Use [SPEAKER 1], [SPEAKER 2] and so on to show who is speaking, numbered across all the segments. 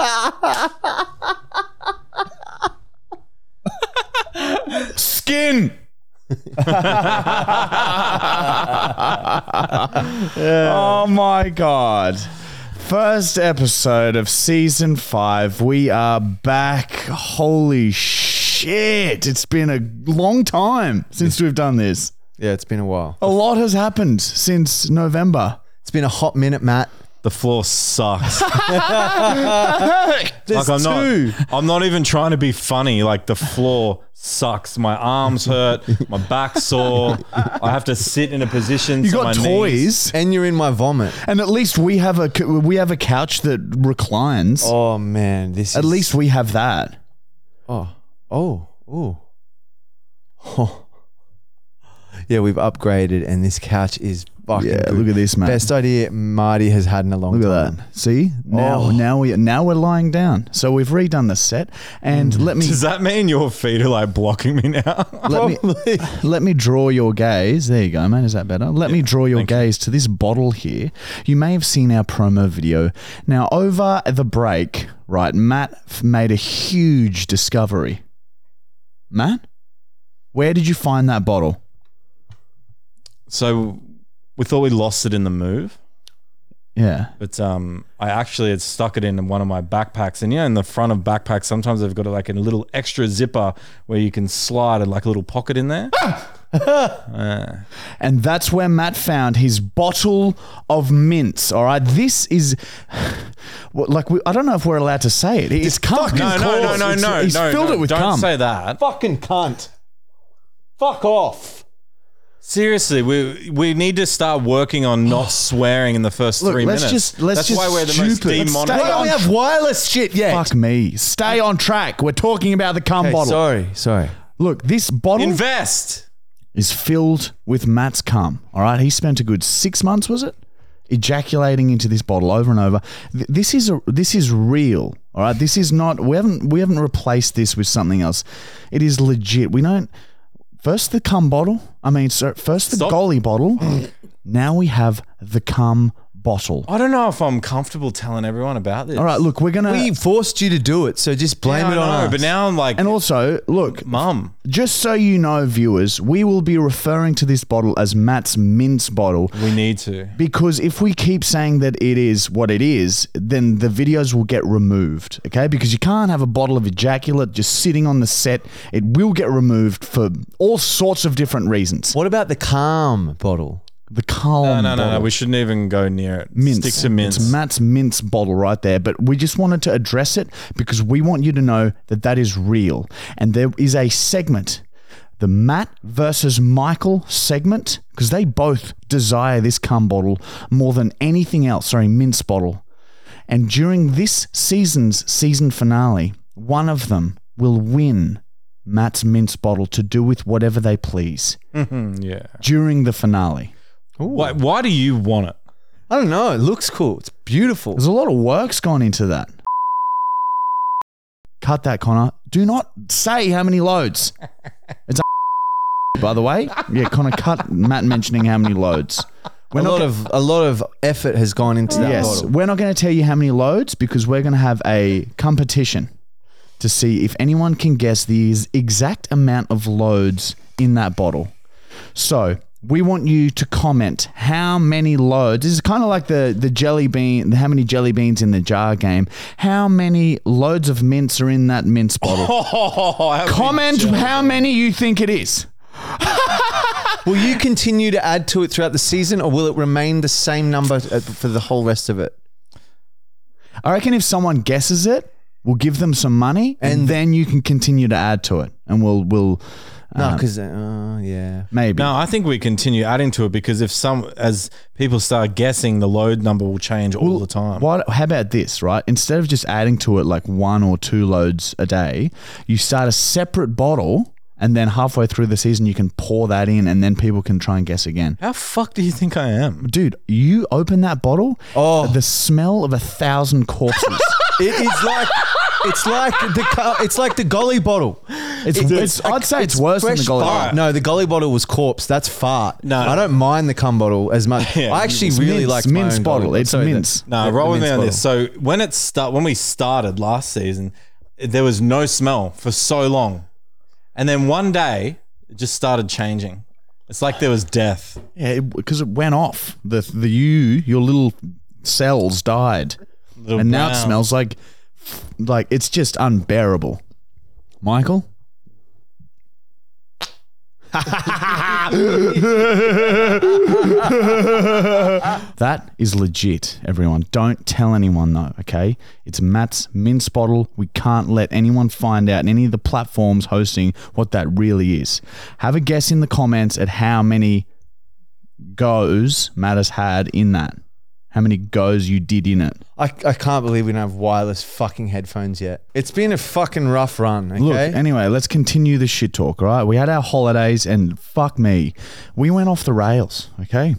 [SPEAKER 1] Skin. Oh my god. First episode of season five. We are back. Holy shit. It's been a long time since we've done this.
[SPEAKER 2] Yeah, it's been a while.
[SPEAKER 1] A lot has happened since November.
[SPEAKER 2] It's been a hot minute, Matt.
[SPEAKER 3] The floor sucks.
[SPEAKER 1] There's
[SPEAKER 3] like I'm
[SPEAKER 1] two.
[SPEAKER 3] not I'm not even trying to be funny. Like the floor sucks. My arms hurt, my back's sore. I have to sit in a position
[SPEAKER 1] You
[SPEAKER 3] so
[SPEAKER 1] got
[SPEAKER 3] my
[SPEAKER 1] toys.
[SPEAKER 3] knees-
[SPEAKER 2] And you're in my vomit.
[SPEAKER 1] And at least we have a cou- we have a couch that reclines.
[SPEAKER 2] Oh man, this
[SPEAKER 1] At
[SPEAKER 2] is
[SPEAKER 1] least we have that.
[SPEAKER 2] Oh. Oh. Oh. Oh. Yeah, we've upgraded and this couch is fucking
[SPEAKER 1] Yeah,
[SPEAKER 2] good.
[SPEAKER 1] look at this, mate.
[SPEAKER 2] Best idea Marty has had in a long
[SPEAKER 1] Look
[SPEAKER 2] time.
[SPEAKER 1] at that. See now
[SPEAKER 2] Oh.
[SPEAKER 1] now we now we're lying down. So we've redone the set. And let me
[SPEAKER 3] Does that mean your feet are like blocking me now?
[SPEAKER 1] let me let me draw your gaze. There you go, man. Is that better? Let me draw your gaze to this bottle here. You may have seen our promo video. Now over the break, right? Matt f- made a huge discovery. Matt, where did you find that bottle?
[SPEAKER 3] so we thought we lost it in the move.
[SPEAKER 1] Yeah.
[SPEAKER 3] But um, I actually had stuck it in one of my backpacks, and yeah, in the front of backpacks, sometimes they've got like a little extra zipper where you can slide a, like a little pocket in there.
[SPEAKER 1] And that's where Matt found his bottle of mints. All right, this is what, like we, I don't know if we're allowed to say it. It's cum.
[SPEAKER 3] no, no, no, no,
[SPEAKER 1] It's-
[SPEAKER 3] no.
[SPEAKER 1] He's
[SPEAKER 3] no,
[SPEAKER 1] filled
[SPEAKER 3] no,
[SPEAKER 1] it with
[SPEAKER 3] Don't
[SPEAKER 1] cum.
[SPEAKER 3] say that.
[SPEAKER 2] Fucking cunt. Fuck off.
[SPEAKER 3] Seriously, we we need to start working on
[SPEAKER 2] Oh.
[SPEAKER 3] not swearing in the first
[SPEAKER 1] Look,
[SPEAKER 3] three
[SPEAKER 1] let's
[SPEAKER 3] minutes.
[SPEAKER 1] just- let's
[SPEAKER 3] That's
[SPEAKER 1] just
[SPEAKER 3] why we're the
[SPEAKER 1] stupid. Let's
[SPEAKER 3] most
[SPEAKER 1] stay
[SPEAKER 2] Why
[SPEAKER 3] demonetized.
[SPEAKER 2] don't we have wireless shit yet?
[SPEAKER 1] Fuck me. Stay on track. We're talking about the cum
[SPEAKER 2] Okay,
[SPEAKER 1] bottle.
[SPEAKER 2] Sorry, sorry.
[SPEAKER 1] Look, this bottle
[SPEAKER 3] Invest.
[SPEAKER 1] is filled with Matt's cum. All right, he spent a good six months, was it, ejaculating into this bottle over and over. Th- this is a this is real. All right, this is not. We haven't we haven't replaced this with something else. It is legit. We don't. First the cum bottle. I mean, sir, first the
[SPEAKER 3] Stop.
[SPEAKER 1] goalie bottle. now we have the cum bottle.
[SPEAKER 3] I don't know if I'm comfortable telling everyone about this.
[SPEAKER 1] All right, look, we're gonna.
[SPEAKER 2] We forced you to do it, so just blame
[SPEAKER 3] Yeah,
[SPEAKER 2] it
[SPEAKER 3] I
[SPEAKER 2] on
[SPEAKER 3] know,
[SPEAKER 2] us.
[SPEAKER 3] But now I'm like,
[SPEAKER 1] and also, look,
[SPEAKER 3] mum.
[SPEAKER 1] Just so you know, viewers, we will be referring to this bottle as Matt's mince bottle
[SPEAKER 3] We need to.
[SPEAKER 1] because if we keep saying that it is what it is, then the videos will get removed, okay? Because you can't have a bottle of ejaculate just sitting on the set. It will get removed for all sorts of different reasons.
[SPEAKER 2] what about the calm bottle?
[SPEAKER 1] The calm.
[SPEAKER 3] No, no, no, no.
[SPEAKER 1] bottle.
[SPEAKER 3] We shouldn't even go near it.
[SPEAKER 1] Mince.
[SPEAKER 3] Stick to mince.
[SPEAKER 1] It's Matt's mince bottle right there, but we just wanted to address it because we want you to know that that is real. And there is a segment, the Matt versus Michael segment, because they both desire this cum bottle more than anything else. Sorry, mince bottle. And during this season's season finale, one of them will win Matt's mince bottle to do with whatever they please
[SPEAKER 3] Mhm, yeah.
[SPEAKER 1] during the finale.
[SPEAKER 3] Why, why do you want it?
[SPEAKER 2] I don't know. It looks cool. It's beautiful.
[SPEAKER 1] There's a lot of work's gone into that. Cut that, Connor. Do not say how many loads. It's a by the way. Yeah, Connor, cut Matt mentioning how many loads.
[SPEAKER 2] a lot of a lot of effort has gone into that
[SPEAKER 1] yes,
[SPEAKER 2] bottle.
[SPEAKER 1] we're not going to tell you how many loads because we're going to have a competition to see if anyone can guess the ex- exact amount of loads in that bottle. So we want you to comment how many loads. This is kind of like the the jelly bean, the how many jelly beans in the jar game. How many loads of mints are in that mince bottle? comment how many you think it is.
[SPEAKER 2] Will you continue to add to it throughout the season, or will it remain the same number uh, for the whole rest of it?
[SPEAKER 1] I reckon if someone guesses it, we'll give them some money, and,
[SPEAKER 2] And-
[SPEAKER 1] then you can continue to add to it, and we'll we'll
[SPEAKER 2] No, because uh, yeah,
[SPEAKER 1] Maybe.
[SPEAKER 3] No, I think we continue adding to it because if some, as people start guessing, the load number will change all the time.
[SPEAKER 1] Why, how about this, right? Instead of just adding to it like one or two loads a day, you start a separate bottle and then halfway through the season you can pour that in and then people can try and guess again.
[SPEAKER 3] How fuck do you think I am?
[SPEAKER 1] Dude, you open that bottle,
[SPEAKER 2] Oh.
[SPEAKER 1] the smell of a thousand corpses.
[SPEAKER 2] it, it's like it's like the co- it's like the golly bottle.
[SPEAKER 1] It's- it's- I'd say it's worse than the
[SPEAKER 2] fresh
[SPEAKER 1] golly
[SPEAKER 2] fart.
[SPEAKER 1] bottle.
[SPEAKER 2] No, the golly bottle was corpse. That's fart.
[SPEAKER 3] No.
[SPEAKER 2] I don't mind the cum bottle as much.
[SPEAKER 3] Yeah,
[SPEAKER 2] I actually
[SPEAKER 1] it's
[SPEAKER 2] really
[SPEAKER 1] mince-
[SPEAKER 2] like
[SPEAKER 1] mince bottle. It's mince.
[SPEAKER 3] No, roll with me on this. So when it start, when we started last season, there was no smell for so long, and then one day it just started changing. It's like there was death.
[SPEAKER 1] yeah, because it, went off. The, the you, your little cells died.
[SPEAKER 3] Little
[SPEAKER 1] and now it
[SPEAKER 3] brown.
[SPEAKER 1] smells like, like it's just unbearable. Michael? That is legit, everyone. Don't tell anyone though, okay? It's Matt's mince bottle. We can't let anyone find out in any of the platforms hosting what that really is. Have a guess in the comments at how many goes Matt has had in that. How many goes you did in it.
[SPEAKER 2] I, I can't believe we don't have wireless fucking headphones yet. It's been a fucking rough run. Okay.
[SPEAKER 1] Look, anyway, let's continue the shit talk, all right? We had our holidays and fuck me, we went off the rails, okay?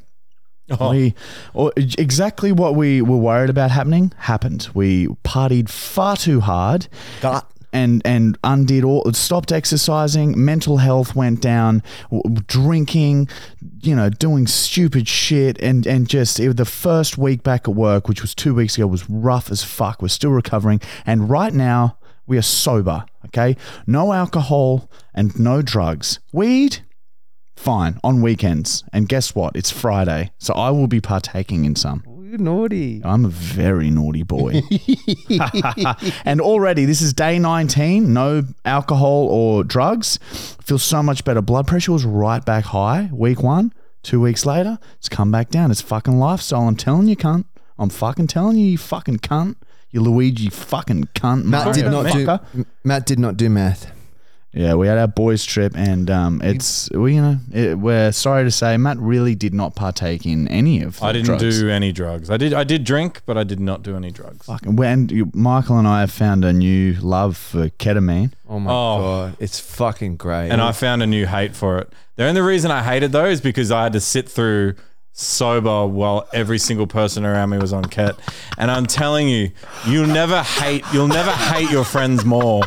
[SPEAKER 1] We, or exactly what we were worried about happening happened. We partied far too hard.
[SPEAKER 2] Got-
[SPEAKER 1] and and undid all stopped exercising mental health went down w- w- drinking you know doing stupid shit and and just it, the first week back at work which was 2 weeks ago was rough as fuck we're still recovering and right now we are sober okay no alcohol and no drugs weed fine on weekends and guess what it's friday so i will be partaking in some
[SPEAKER 2] you naughty.
[SPEAKER 1] I'm a very naughty boy. and already, this is day 19, no alcohol or drugs. Feel so much better. Blood pressure was right back high week one. Two weeks later, it's come back down. It's fucking lifestyle. I'm telling you, cunt. I'm fucking telling you, you fucking cunt. You Luigi fucking cunt.
[SPEAKER 2] Matt did
[SPEAKER 1] Mario
[SPEAKER 2] not do.
[SPEAKER 1] fucker.
[SPEAKER 2] M- Matt did not do math.
[SPEAKER 1] Yeah, we had our boys' trip, and um, it's, we, you know, it, we're sorry to say, Matt really did not partake in any of the
[SPEAKER 3] I didn't
[SPEAKER 1] drugs.
[SPEAKER 3] do any drugs. I did. I did drink, but I did not do any drugs.
[SPEAKER 1] Fucking, when you, Michael and I have found a new love for ketamine.
[SPEAKER 2] Oh my
[SPEAKER 3] Oh.
[SPEAKER 2] god, it's fucking great.
[SPEAKER 3] and I found a new hate for it. The only reason I hated though is because I had to sit through sober while every single person around me was on ket. And I'm telling you, you'll never hate you'll never hate your friends more.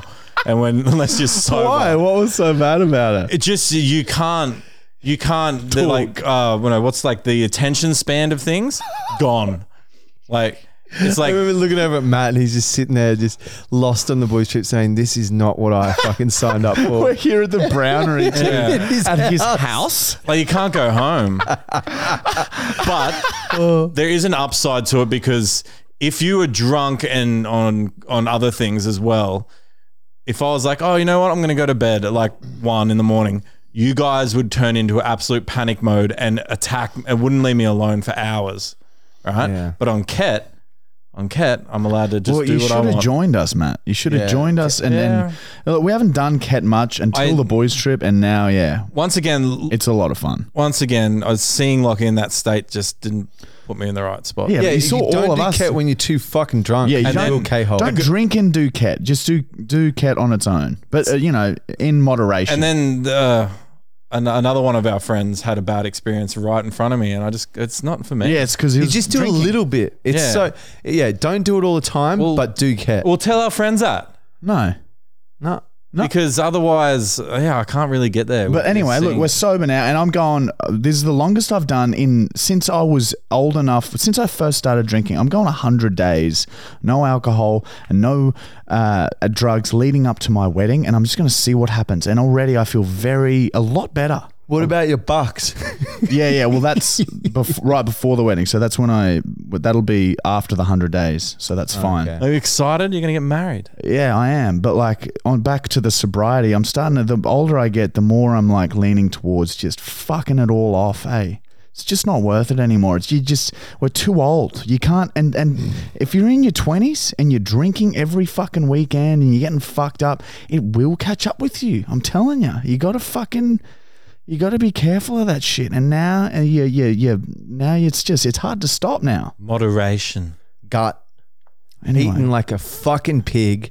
[SPEAKER 3] And when unless you're sober,
[SPEAKER 1] What was so bad about
[SPEAKER 3] it just you can't you can't they're like uh you know what's like the attention span of things gone. Like it's
[SPEAKER 2] I
[SPEAKER 3] like
[SPEAKER 2] remember looking over at Matt and he's just sitting there, just lost on the boys' trip, saying, "This is not what I fucking signed up for."
[SPEAKER 1] We're here at the Brownery too,
[SPEAKER 3] Yeah.
[SPEAKER 1] at his house.
[SPEAKER 3] Like you can't go home. but there is an upside to it because if you were drunk and on on other things as well, if I was like, oh, you know what, I'm gonna go to bed at like one in the morning, you guys would turn into absolute panic mode and attack and wouldn't leave me alone for hours. Right?
[SPEAKER 2] Yeah.
[SPEAKER 3] But on Ket, on Ket, I'm allowed to just
[SPEAKER 1] Well,
[SPEAKER 3] do
[SPEAKER 1] you
[SPEAKER 3] what
[SPEAKER 1] should
[SPEAKER 3] I
[SPEAKER 1] have
[SPEAKER 3] want.
[SPEAKER 1] joined us, Matt. You should
[SPEAKER 2] Yeah.
[SPEAKER 1] have joined us, and then look, we haven't done Ket much until
[SPEAKER 3] I-
[SPEAKER 1] the boys' trip, and now, yeah,
[SPEAKER 3] once again,
[SPEAKER 1] it's a lot of fun.
[SPEAKER 3] once again, I was seeing like in that state just didn't put me in the right spot.
[SPEAKER 1] Yeah,
[SPEAKER 2] Yeah,
[SPEAKER 1] but you saw
[SPEAKER 2] don't
[SPEAKER 1] all of
[SPEAKER 2] do
[SPEAKER 1] us.
[SPEAKER 2] ket when you're too fucking drunk.
[SPEAKER 1] yeah, you
[SPEAKER 2] and
[SPEAKER 1] don't,
[SPEAKER 2] then K-hole.
[SPEAKER 1] don't drink and do Ket. Just do do Ket on its own, but uh, you know, in moderation.
[SPEAKER 3] And then the, an, another one of our friends had a bad experience right in front of me, and I just, it's not for me.
[SPEAKER 1] yeah, it's because
[SPEAKER 2] You just do a little bit. It's
[SPEAKER 3] Yeah.
[SPEAKER 2] so yeah. Don't do it all the time,
[SPEAKER 3] Well-
[SPEAKER 2] but do ket.
[SPEAKER 3] Well, tell our friends that
[SPEAKER 1] No,
[SPEAKER 2] no,
[SPEAKER 3] because otherwise, yeah, I can't really get there.
[SPEAKER 1] But anyway, look, we're sober now, and I'm going. uh, This is the longest I've done in since I was old enough. Since I first started drinking, I'm going 100 days, no alcohol and no uh, drugs, leading up to my wedding, and I'm just going to see what happens. And already, I feel very a lot better.
[SPEAKER 2] What about your bucks?
[SPEAKER 1] Yeah, yeah. Well, that's bef- right before the wedding, so that's when I. But that'll be after the 100 days, so that's fine.
[SPEAKER 2] okay.
[SPEAKER 3] Are you excited? You're gonna get married.
[SPEAKER 1] Yeah, I am. But like on back to the sobriety, I'm starting to the older I get, the more I'm like leaning towards just fucking it all off, eh? It's just not worth it anymore. It's you just we're too old. You can't and and if you're in your twenties and you're drinking every fucking weekend and you're getting fucked up, it will catch up with you. I'm telling you, you got to fucking you got to be careful of that shit. And now and you you you now it's just it's hard to stop now.
[SPEAKER 3] Moderation.
[SPEAKER 2] Gut
[SPEAKER 1] Anyway,
[SPEAKER 2] eating like a fucking pig.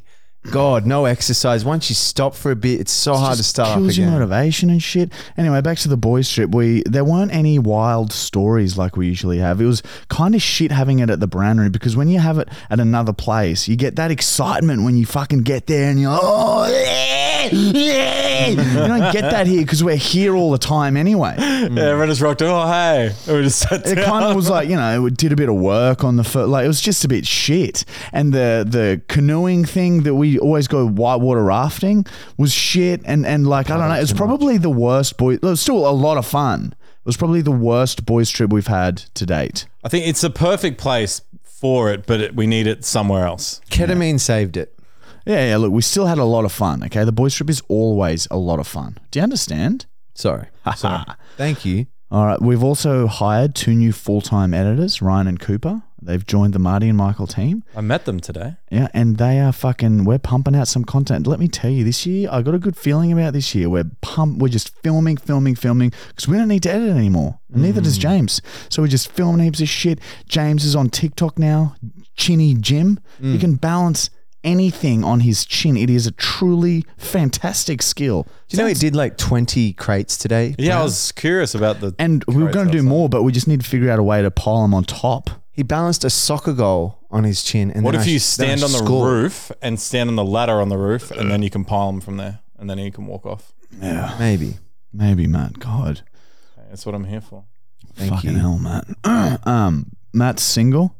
[SPEAKER 2] God, no exercise. Once you stop for a bit, it's so hard to
[SPEAKER 1] just
[SPEAKER 2] start up
[SPEAKER 1] kills your
[SPEAKER 2] again.
[SPEAKER 1] motivation and shit. Anyway, back to the boys trip. We there weren't any wild stories like we usually have. It was kind of shit having it at the Brannery because when you have it at another place, you get that excitement when you fucking get there and you're oh yeah, yeah. you don't get that here because we're here all the time anyway.
[SPEAKER 3] Yeah, everyone just rocked. Oh hey, and we just sat
[SPEAKER 1] Mm. It
[SPEAKER 3] down.
[SPEAKER 1] kind of was like you know it did a bit of work on the foot, like it was just a bit shit. And the the canoeing thing that we always go whitewater rafting was shit. And and like I don't know, it was probably the worst boy. It was still a lot of fun. It was probably the worst boys trip we've had to date.
[SPEAKER 3] I think it's a perfect place for it, but it, we need it somewhere else.
[SPEAKER 2] Ketamine saved it.
[SPEAKER 1] Yeah, yeah. Look, we still had a lot of fun. Okay, the boys trip is always a lot of fun. Do you understand?
[SPEAKER 2] Sorry. Sorry. Thank you.
[SPEAKER 1] All right. We've also hired two new full time editors, Ryan and Cooper. They've joined the Marty and Michael team.
[SPEAKER 3] I met them today.
[SPEAKER 1] Yeah, and they are fucking. We're pumping out some content. Let me tell you, this year I got a good feeling about this year. We're pump. We're just filming, filming, filming because we don't need to edit anymore. And Neither does
[SPEAKER 2] Mm.
[SPEAKER 1] James. So we're just filming heaps of shit. James is on TikTok now. Chinny Jim.
[SPEAKER 2] Mm.
[SPEAKER 1] You can balance anything on his chin. It is a truly fantastic skill.
[SPEAKER 2] Do you know he did like 20 crates today?
[SPEAKER 3] Yeah, I was curious about the.
[SPEAKER 1] And we were
[SPEAKER 3] Correct,
[SPEAKER 1] going to do
[SPEAKER 3] that's
[SPEAKER 1] more, but we just need to figure out a way to pile them on top.
[SPEAKER 2] He balanced a soccer goal on his chin. And
[SPEAKER 3] what
[SPEAKER 2] then
[SPEAKER 3] if
[SPEAKER 2] I-
[SPEAKER 3] you
[SPEAKER 2] then I
[SPEAKER 3] stand on the
[SPEAKER 2] scored.
[SPEAKER 3] roof and stand on the ladder on the roof, and then you can pile them from there, and then you can walk off.
[SPEAKER 1] Yeah,
[SPEAKER 2] Maybe.
[SPEAKER 1] maybe, Matt. God,
[SPEAKER 3] Okay, that's what I'm here for.
[SPEAKER 2] Thank
[SPEAKER 1] fucking
[SPEAKER 2] you.
[SPEAKER 1] hell, Matt. um, Matt's single.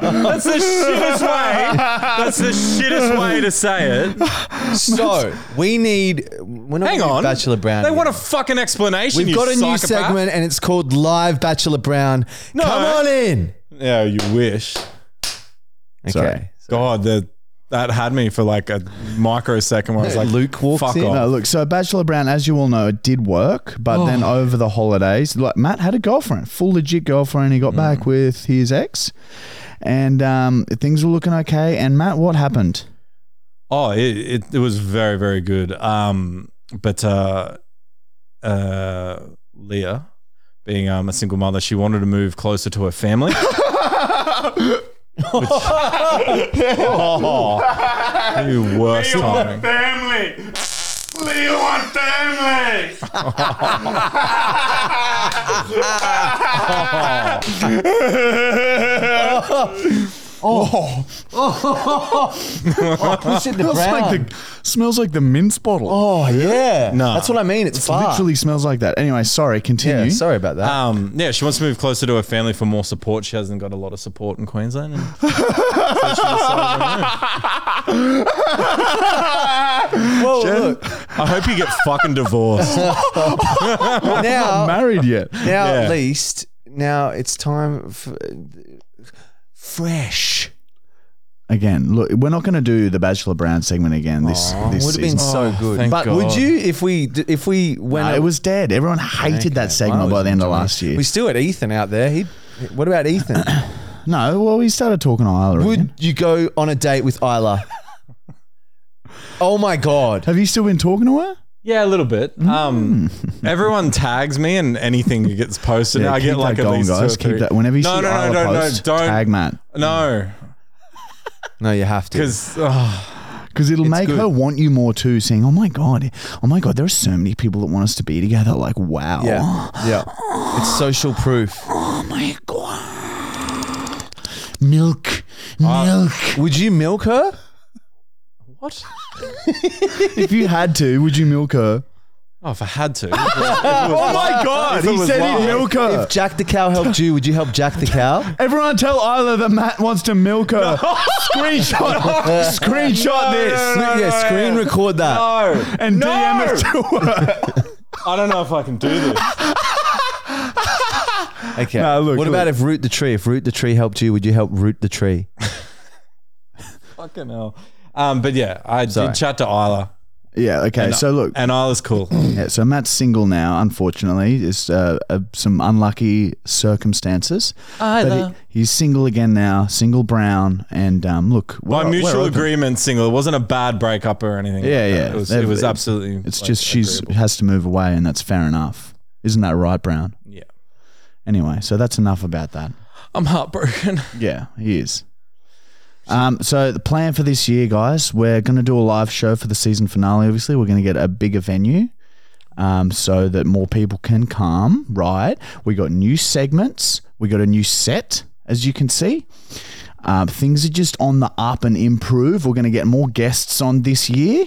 [SPEAKER 3] That's the shittest way. That's the shittest way to say it.
[SPEAKER 2] So we need. We're not
[SPEAKER 3] Hang
[SPEAKER 2] gonna do
[SPEAKER 3] on,
[SPEAKER 2] Bachelor Brown.
[SPEAKER 3] They
[SPEAKER 2] here.
[SPEAKER 3] want a fucking explanation.
[SPEAKER 2] We've
[SPEAKER 3] you
[SPEAKER 2] got a new
[SPEAKER 3] psychopath.
[SPEAKER 2] segment, and it's called Live Bachelor Brown. Come on in.
[SPEAKER 3] Yeah, you wish.
[SPEAKER 2] Okay.
[SPEAKER 1] Sorry.
[SPEAKER 3] God, the, that had me for like a microsecond where I was like,
[SPEAKER 2] Luke walks
[SPEAKER 3] fuck
[SPEAKER 2] in.
[SPEAKER 3] off.
[SPEAKER 1] No, look, so Bachelor Brown, as you all know, it did work, but then over the holidays, like Matt had a girlfriend, full legit girlfriend. He got back with his ex, and um, things were looking okay. And Matt, what happened?
[SPEAKER 3] Oh, it, it, it was very, very good. Um, but uh, uh, Leah, being um, a single mother, she wanted to move closer to her family. Which- oh, you worst timing.
[SPEAKER 4] family. Leave one family.
[SPEAKER 2] Push it to Brown.
[SPEAKER 1] smells like the mince bottle.
[SPEAKER 2] Oh yeah.
[SPEAKER 3] Nah.
[SPEAKER 2] That's what I mean. It's, far.
[SPEAKER 1] Literally smells like that. Anyway, sorry, continue.
[SPEAKER 2] Yeah. Sorry about that.
[SPEAKER 3] Um, yeah, she wants to move closer to her family for more support. She hasn't got a lot of support in Queensland. And so she decided to move.
[SPEAKER 2] Whoa, look.
[SPEAKER 3] I hope you get fucking divorced.
[SPEAKER 2] Now,
[SPEAKER 1] Married yet?
[SPEAKER 2] now
[SPEAKER 3] Yeah.
[SPEAKER 2] at least now it's time for fresh.
[SPEAKER 1] Again, look, we're not going to do the Bachelor Brown segment again this this
[SPEAKER 2] Would
[SPEAKER 1] season.
[SPEAKER 2] have been so good.
[SPEAKER 3] Oh, thank
[SPEAKER 2] but would
[SPEAKER 3] God.
[SPEAKER 2] you if we d- if we went?
[SPEAKER 1] Nah, it was dead. Everyone hated that segment by the end of last year.
[SPEAKER 2] we still had Ethan out there. He. What about Ethan?
[SPEAKER 1] no, well, we started talking to Isla again.
[SPEAKER 2] Would you go on a date with Isla? oh my god.
[SPEAKER 1] Have you still been talking to her?
[SPEAKER 3] Yeah, a little bit.
[SPEAKER 1] Mm.
[SPEAKER 3] Um, everyone tags me and anything that gets posted.
[SPEAKER 1] Yeah,
[SPEAKER 3] I
[SPEAKER 1] keep
[SPEAKER 3] get like
[SPEAKER 1] that
[SPEAKER 3] at
[SPEAKER 1] going,
[SPEAKER 3] least two
[SPEAKER 1] guys.
[SPEAKER 3] or three.
[SPEAKER 1] Keep that. Whenever you
[SPEAKER 3] no,
[SPEAKER 1] see
[SPEAKER 3] no,
[SPEAKER 1] Isla
[SPEAKER 3] no, no,
[SPEAKER 1] post,
[SPEAKER 3] no, don't,
[SPEAKER 1] tag Matt
[SPEAKER 3] no,
[SPEAKER 2] No, you have to.
[SPEAKER 3] because oh,
[SPEAKER 1] because it'll make
[SPEAKER 2] good.
[SPEAKER 1] her want you more too. Saying, "Oh my god, oh my god, there are so many people that want us to be together." Like, wow,
[SPEAKER 2] Yeah. Yeah. It's social proof.
[SPEAKER 1] oh my god, milk,
[SPEAKER 3] Uh,
[SPEAKER 1] milk.
[SPEAKER 2] Would you milk her?
[SPEAKER 3] what?
[SPEAKER 1] if you had to, would you milk her?
[SPEAKER 3] Oh, if I had to. oh
[SPEAKER 1] my God, he said he'd milk her.
[SPEAKER 2] If Jack the cow helped you, would you help Jack the cow?
[SPEAKER 1] Everyone tell Isla that Matt wants to milk her. Screenshot, screenshot this,
[SPEAKER 2] Screen- yeah, screen record that.
[SPEAKER 3] No,
[SPEAKER 1] and DM it to her.
[SPEAKER 3] I don't know if I can do this.
[SPEAKER 2] Okay.
[SPEAKER 1] Nah, look,
[SPEAKER 2] what
[SPEAKER 1] look.
[SPEAKER 2] about if root the tree? If root the tree helped you, would you help root the tree?
[SPEAKER 3] Fucking hell. Um, but yeah, I
[SPEAKER 2] Sorry.
[SPEAKER 3] did chat to Isla.
[SPEAKER 1] Yeah. Okay. so look,
[SPEAKER 3] And uh, Isla's cool.
[SPEAKER 1] yeah, so Matt's single now. Unfortunately, is uh, uh, some unlucky circumstances. But he, he's single again now, single brown, and um, look,
[SPEAKER 3] By
[SPEAKER 1] we're-
[SPEAKER 3] mutual
[SPEAKER 1] we're open.
[SPEAKER 3] agreement, single. It wasn't a bad breakup or anything.
[SPEAKER 1] Yeah,
[SPEAKER 3] like that.
[SPEAKER 1] yeah.
[SPEAKER 3] It was,
[SPEAKER 1] They've-
[SPEAKER 3] it was
[SPEAKER 1] it's-
[SPEAKER 3] absolutely.
[SPEAKER 1] It's
[SPEAKER 3] like,
[SPEAKER 1] just she's
[SPEAKER 3] agreeable.
[SPEAKER 1] has to move away, and that's fair enough. Isn't that right, Brown?
[SPEAKER 3] Yeah.
[SPEAKER 1] Anyway, so that's enough about that.
[SPEAKER 3] I'm heartbroken.
[SPEAKER 1] Yeah, he is. Um, so the plan for this year, guys, we're going to do a live show for the season finale. Obviously, we're going to get a bigger venue, um, so that more people can come. Right? We got new segments. We got a new set, as you can see. Um, things are just on the up and improve. We're going to get more guests on this year,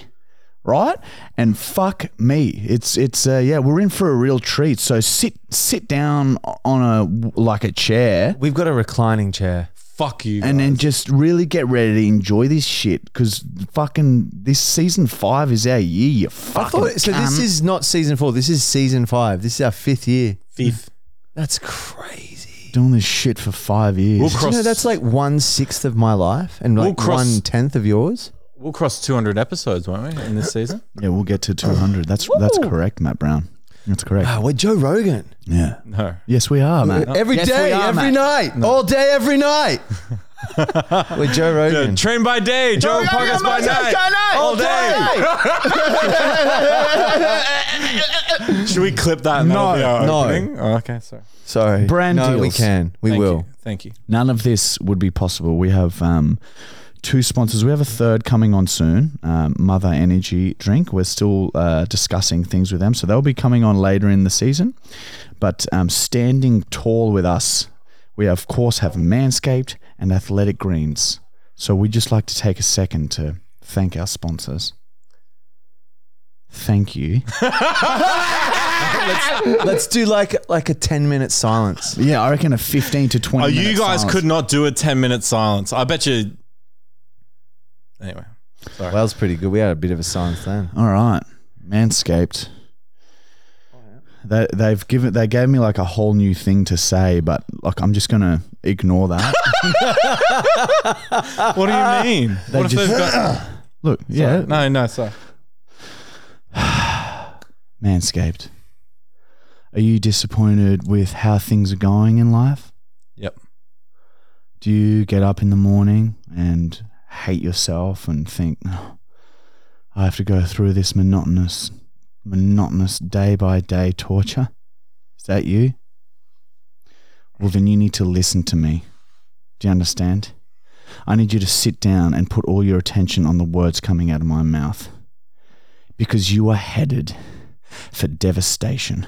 [SPEAKER 1] right? And fuck me, it's it's uh, yeah, we're in for a real treat. So sit sit down on a like a chair
[SPEAKER 2] We've got a reclining chair.
[SPEAKER 3] Fuck you.
[SPEAKER 1] and then just really get ready to enjoy this shit because fucking this season five is our year. You
[SPEAKER 2] I
[SPEAKER 1] fucking
[SPEAKER 2] thought, so this
[SPEAKER 1] cunt.
[SPEAKER 2] is not season four. This is season five. This is our fifth year.
[SPEAKER 3] thief.
[SPEAKER 2] That's crazy.
[SPEAKER 1] doing this shit for five years.
[SPEAKER 3] We'll cross.
[SPEAKER 2] you know that's like one sixth of my life and
[SPEAKER 3] We'll
[SPEAKER 2] like
[SPEAKER 3] cross-
[SPEAKER 2] one tenth of yours?
[SPEAKER 3] we'll cross 200 episodes, won't we, in this season?
[SPEAKER 1] yeah, we'll get to two hundred. That's that's correct, Matt Brown. That's correct.
[SPEAKER 2] uh, Wow, Ah, we're Joe Rogan.
[SPEAKER 1] Yeah.
[SPEAKER 3] No.
[SPEAKER 1] Yes, we are, Matt.
[SPEAKER 2] Every day,
[SPEAKER 1] Yes, we are,
[SPEAKER 2] every
[SPEAKER 1] Matt.
[SPEAKER 2] night, all day, every night. we're Joe Rogan.
[SPEAKER 3] Train by day, Joe Podcast by night, all day. Should we clip that? and
[SPEAKER 2] No,
[SPEAKER 3] that'll be our
[SPEAKER 2] no.
[SPEAKER 3] opening? Oh, okay, sorry.
[SPEAKER 2] Sorry.
[SPEAKER 1] Brand
[SPEAKER 2] no, we
[SPEAKER 1] deals.
[SPEAKER 2] can. We
[SPEAKER 3] Thank
[SPEAKER 2] will.
[SPEAKER 3] You. Thank you.
[SPEAKER 1] None of this would be possible. We have um, two sponsors. We have a third coming on soon, um, Mother Energy Drink. We're still uh, discussing things with them, so they'll be coming on later in the season. But um, standing tall with us, we of course have Manscaped and Athletic Greens. So we'd just like to take a second to thank our sponsors. Thank you.
[SPEAKER 2] Let's do like like a ten minute silence.
[SPEAKER 1] Yeah, I reckon a fifteen to twenty.
[SPEAKER 3] Oh, you
[SPEAKER 1] minute
[SPEAKER 3] guys
[SPEAKER 1] silence.
[SPEAKER 3] could not do a 10 minute silence. I bet you. Anyway,
[SPEAKER 2] Well, that was pretty good. We had a bit of a silence then.
[SPEAKER 1] All right, Manscaped. They, they've given they gave me like a whole new thing to say, but like I'm just gonna ignore that.
[SPEAKER 3] what do you mean? what if
[SPEAKER 1] just-
[SPEAKER 3] they've got?
[SPEAKER 1] Look, yeah,
[SPEAKER 3] No, no, sorry.
[SPEAKER 1] Manscaped. Are you disappointed with how things are going in life?
[SPEAKER 3] Yep.
[SPEAKER 1] Do you get up in the morning and hate yourself and think, "Oh, I have to go through this monotonous, monotonous day by day torture? Is that you? Well, then you need to listen to me. Do you understand? I need you to sit down and put all your attention on the words coming out of my mouth because you are headed for devastation.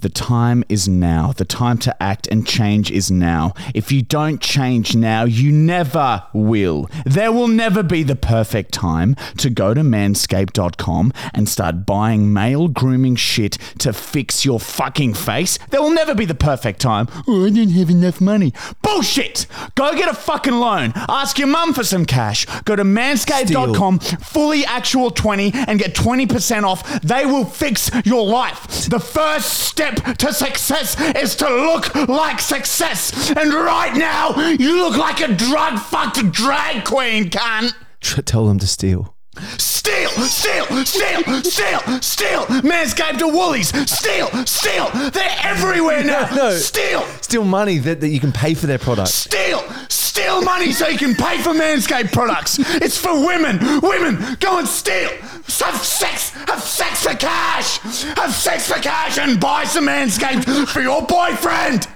[SPEAKER 1] The time is now. The time to act and change is now. If you don't change now, you never will. There will never be the perfect time to go to manscaped.com and start buying male grooming shit to fix your fucking face. There will never be the perfect time. Oh, I didn't have enough money. Bullshit! Go get a fucking loan. Ask your mum for some cash. Go to manscaped.com, um, fully actual 20, and get 20% off. They will fix your life. The first step to success is to look like success. And right now, you look like a drug fucked drag queen, cunt.
[SPEAKER 2] Tr- Tell them to steal.
[SPEAKER 1] Steal, steal, steal, steal, steal. Manscaped to Woolies. Steal, steal. They're everywhere now.
[SPEAKER 2] No.
[SPEAKER 1] Steal.
[SPEAKER 2] Steal money that, that you can pay for their product.
[SPEAKER 1] Steal, steal money so you can pay for Manscaped products. It's for women. Women, go and steal. Have sex, have sex for cash. Have sex for cash and buy some Manscaped for your boyfriend.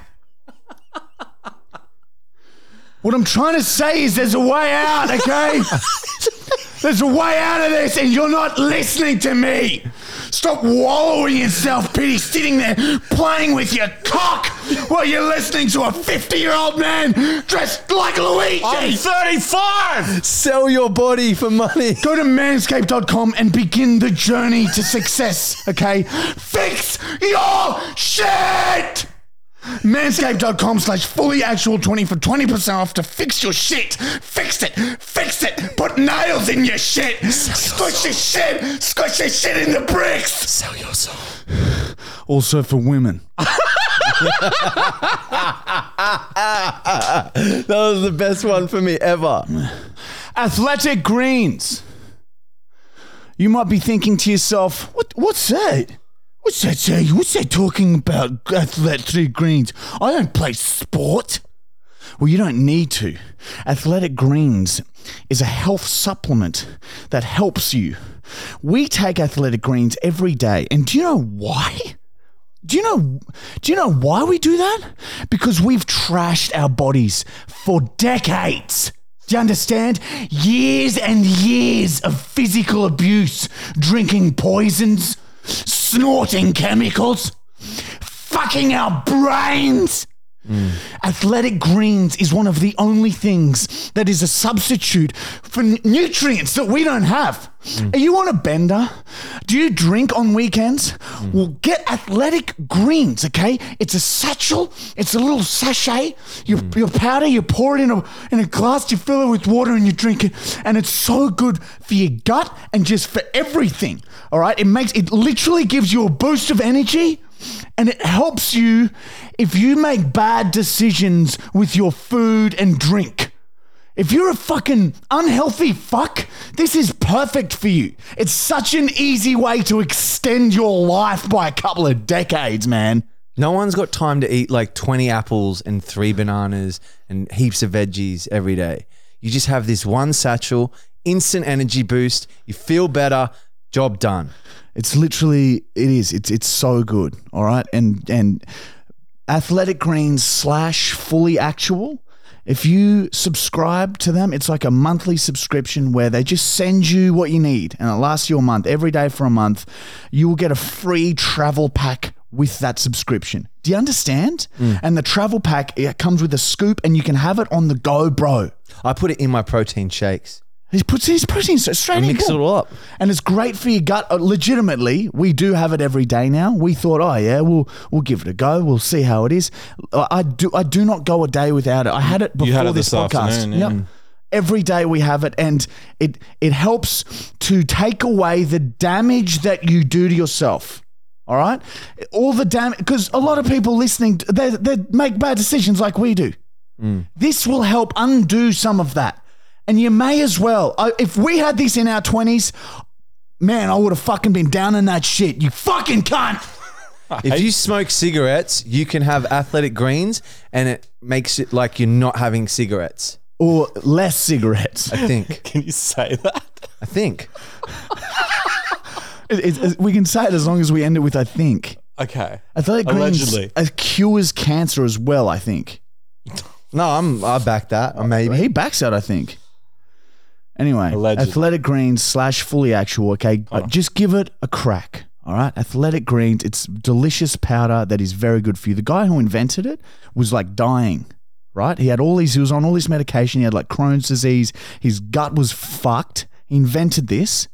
[SPEAKER 1] What I'm trying to say is there's a way out, okay? There's a way out of this, and you're not listening to me. Stop wallowing in self pity, sitting there playing with your cock while you're listening to a 50 year old man dressed like Luigi.
[SPEAKER 3] 35.
[SPEAKER 2] Sell your body for money.
[SPEAKER 1] Go to manscaped.com and begin the journey to success, okay? Fix your shit! Manscaped.com slash fully actual 20 for 20% off to fix your shit. Fix it. Fix it. Put nails in your shit. Squish your shit. Squish your shit in the bricks.
[SPEAKER 2] Sell your soul.
[SPEAKER 1] Also for women.
[SPEAKER 2] That was the best one for me ever.
[SPEAKER 1] Athletic greens. You might be thinking to yourself, what, what's that? What's that say? What's that talking about athletic greens? I don't play sport. Well, you don't need to. Athletic Greens is a health supplement that helps you. We take Athletic Greens every day, and do you know why? Do you know do you know why we do that? Because we've trashed our bodies for decades. Do you understand? Years and years of physical abuse, drinking poisons, snorting chemicals, fucking our brains. Athletic Greens is one of the only things that is a substitute for n- nutrients that we don't have. Are you on a bender? Do you drink on weekends? Well, get Athletic Greens, okay? It's a satchel, it's a little sachet. You, Your powder, you pour it in a, in a glass, you fill it with water, and you drink it. And it's so good for your gut and just for everything, all right? It makes it literally gives you a boost of energy and it helps you if you make bad decisions with your food and drink. If you're a fucking unhealthy fuck, this is perfect for you. It's such an easy way to extend your life by a couple of decades, man.
[SPEAKER 2] No one's got time to eat like 20 apples and three bananas and heaps of veggies every day. You just have this one satchel, instant energy boost, you feel better, job done.
[SPEAKER 1] It's literally it is. It's it's so good. All right. And and athletic greens slash fully actual. If you subscribe to them, it's like a monthly subscription where they just send you what you need and it lasts you a month. Every day for a month, you will get a free travel pack with that subscription. Do you understand? And the travel pack it comes with a scoop and you can have it on the go, bro.
[SPEAKER 2] I put it in my protein shakes.
[SPEAKER 1] He puts his protein so- straight in.
[SPEAKER 2] Mix it
[SPEAKER 1] boom.
[SPEAKER 2] all up.
[SPEAKER 1] And it's great for your gut. Uh, Legitimately, we do have it every day now. We thought, oh yeah, we'll we'll give it a go. We'll see how it is. Uh, I I do I do not go a day without it. I had it before
[SPEAKER 3] You had it
[SPEAKER 1] this,
[SPEAKER 3] this
[SPEAKER 1] podcast.
[SPEAKER 3] afternoon, yeah.
[SPEAKER 1] Yep. Every day we have it, and it it helps to take away the damage that you do to yourself. All right, all the damage because a lot of people listening they they make bad decisions like we do.
[SPEAKER 3] Mm.
[SPEAKER 1] This will help undo some of that. And you may as well. I, if we had this in our 20s, man, I would have fucking been down in that shit. You fucking cunt.
[SPEAKER 2] If you smoke cigarettes, you can have athletic greens and it makes it like you're not having cigarettes.
[SPEAKER 1] Or less cigarettes.
[SPEAKER 2] I think.
[SPEAKER 3] Can you say that?
[SPEAKER 2] I think.
[SPEAKER 1] It- it- it- we can say it as long as we end it with I think.
[SPEAKER 3] Okay.
[SPEAKER 1] Athletic greens
[SPEAKER 3] Allegedly.
[SPEAKER 1] uh, cures cancer as well, I think.
[SPEAKER 2] No, I'm I back that. Or maybe.
[SPEAKER 1] He backs out, I think. Anyway,
[SPEAKER 3] Allegedly.
[SPEAKER 1] Athletic Greens slash Fully Actual. Okay, Uh, just give it a crack. All right, Athletic Greens. It's delicious powder that is very good for you. The guy who invented it was like dying. Right, he had all these. He was on all this medication. He had like Crohn's disease. His gut was fucked. He invented this,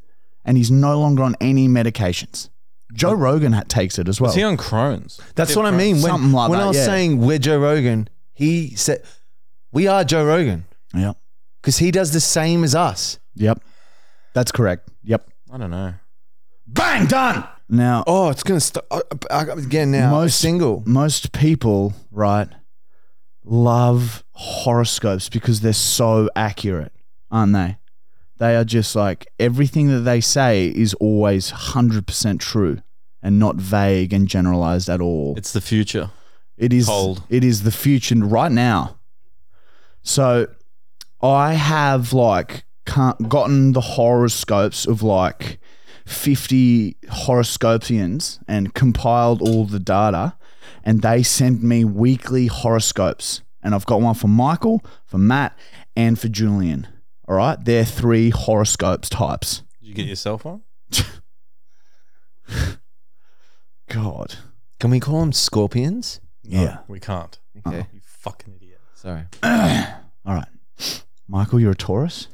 [SPEAKER 1] and he's no longer on any medications. Joe Rogan ha- takes it as well.
[SPEAKER 3] Is he on Crohn's?
[SPEAKER 2] That's what I mean. When,
[SPEAKER 1] Something like
[SPEAKER 2] when
[SPEAKER 1] that,
[SPEAKER 2] I was
[SPEAKER 1] yeah.
[SPEAKER 2] saying we're Joe Rogan, he said we are Joe Rogan
[SPEAKER 1] yep,
[SPEAKER 2] because he does the same as us.
[SPEAKER 1] yep, that's correct. Yep,
[SPEAKER 3] I don't know.
[SPEAKER 1] bang done. Now,
[SPEAKER 2] Oh, it's gonna start again now.
[SPEAKER 1] Most-
[SPEAKER 2] single.
[SPEAKER 1] most people, right, love horoscopes because they're so accurate, aren't they? They are just like everything that they say is always 100% true and not vague and generalized at all.
[SPEAKER 3] It's the future.
[SPEAKER 1] It is
[SPEAKER 3] Cold.
[SPEAKER 1] It is the future right now. So I have like can't, gotten the horoscopes of like 50 horoscopians and compiled all the data and they send me weekly horoscopes and I've got one for Michael, for Matt and for Julian. All right? They're three horoscopes types.
[SPEAKER 3] Did you get yourself one?
[SPEAKER 1] God.
[SPEAKER 2] Can we call them scorpions?
[SPEAKER 3] No,
[SPEAKER 1] Yeah.
[SPEAKER 3] We can't.
[SPEAKER 2] Okay,
[SPEAKER 3] You fucking idiot.
[SPEAKER 2] sorry,
[SPEAKER 1] All right. Michael, you're a Taurus?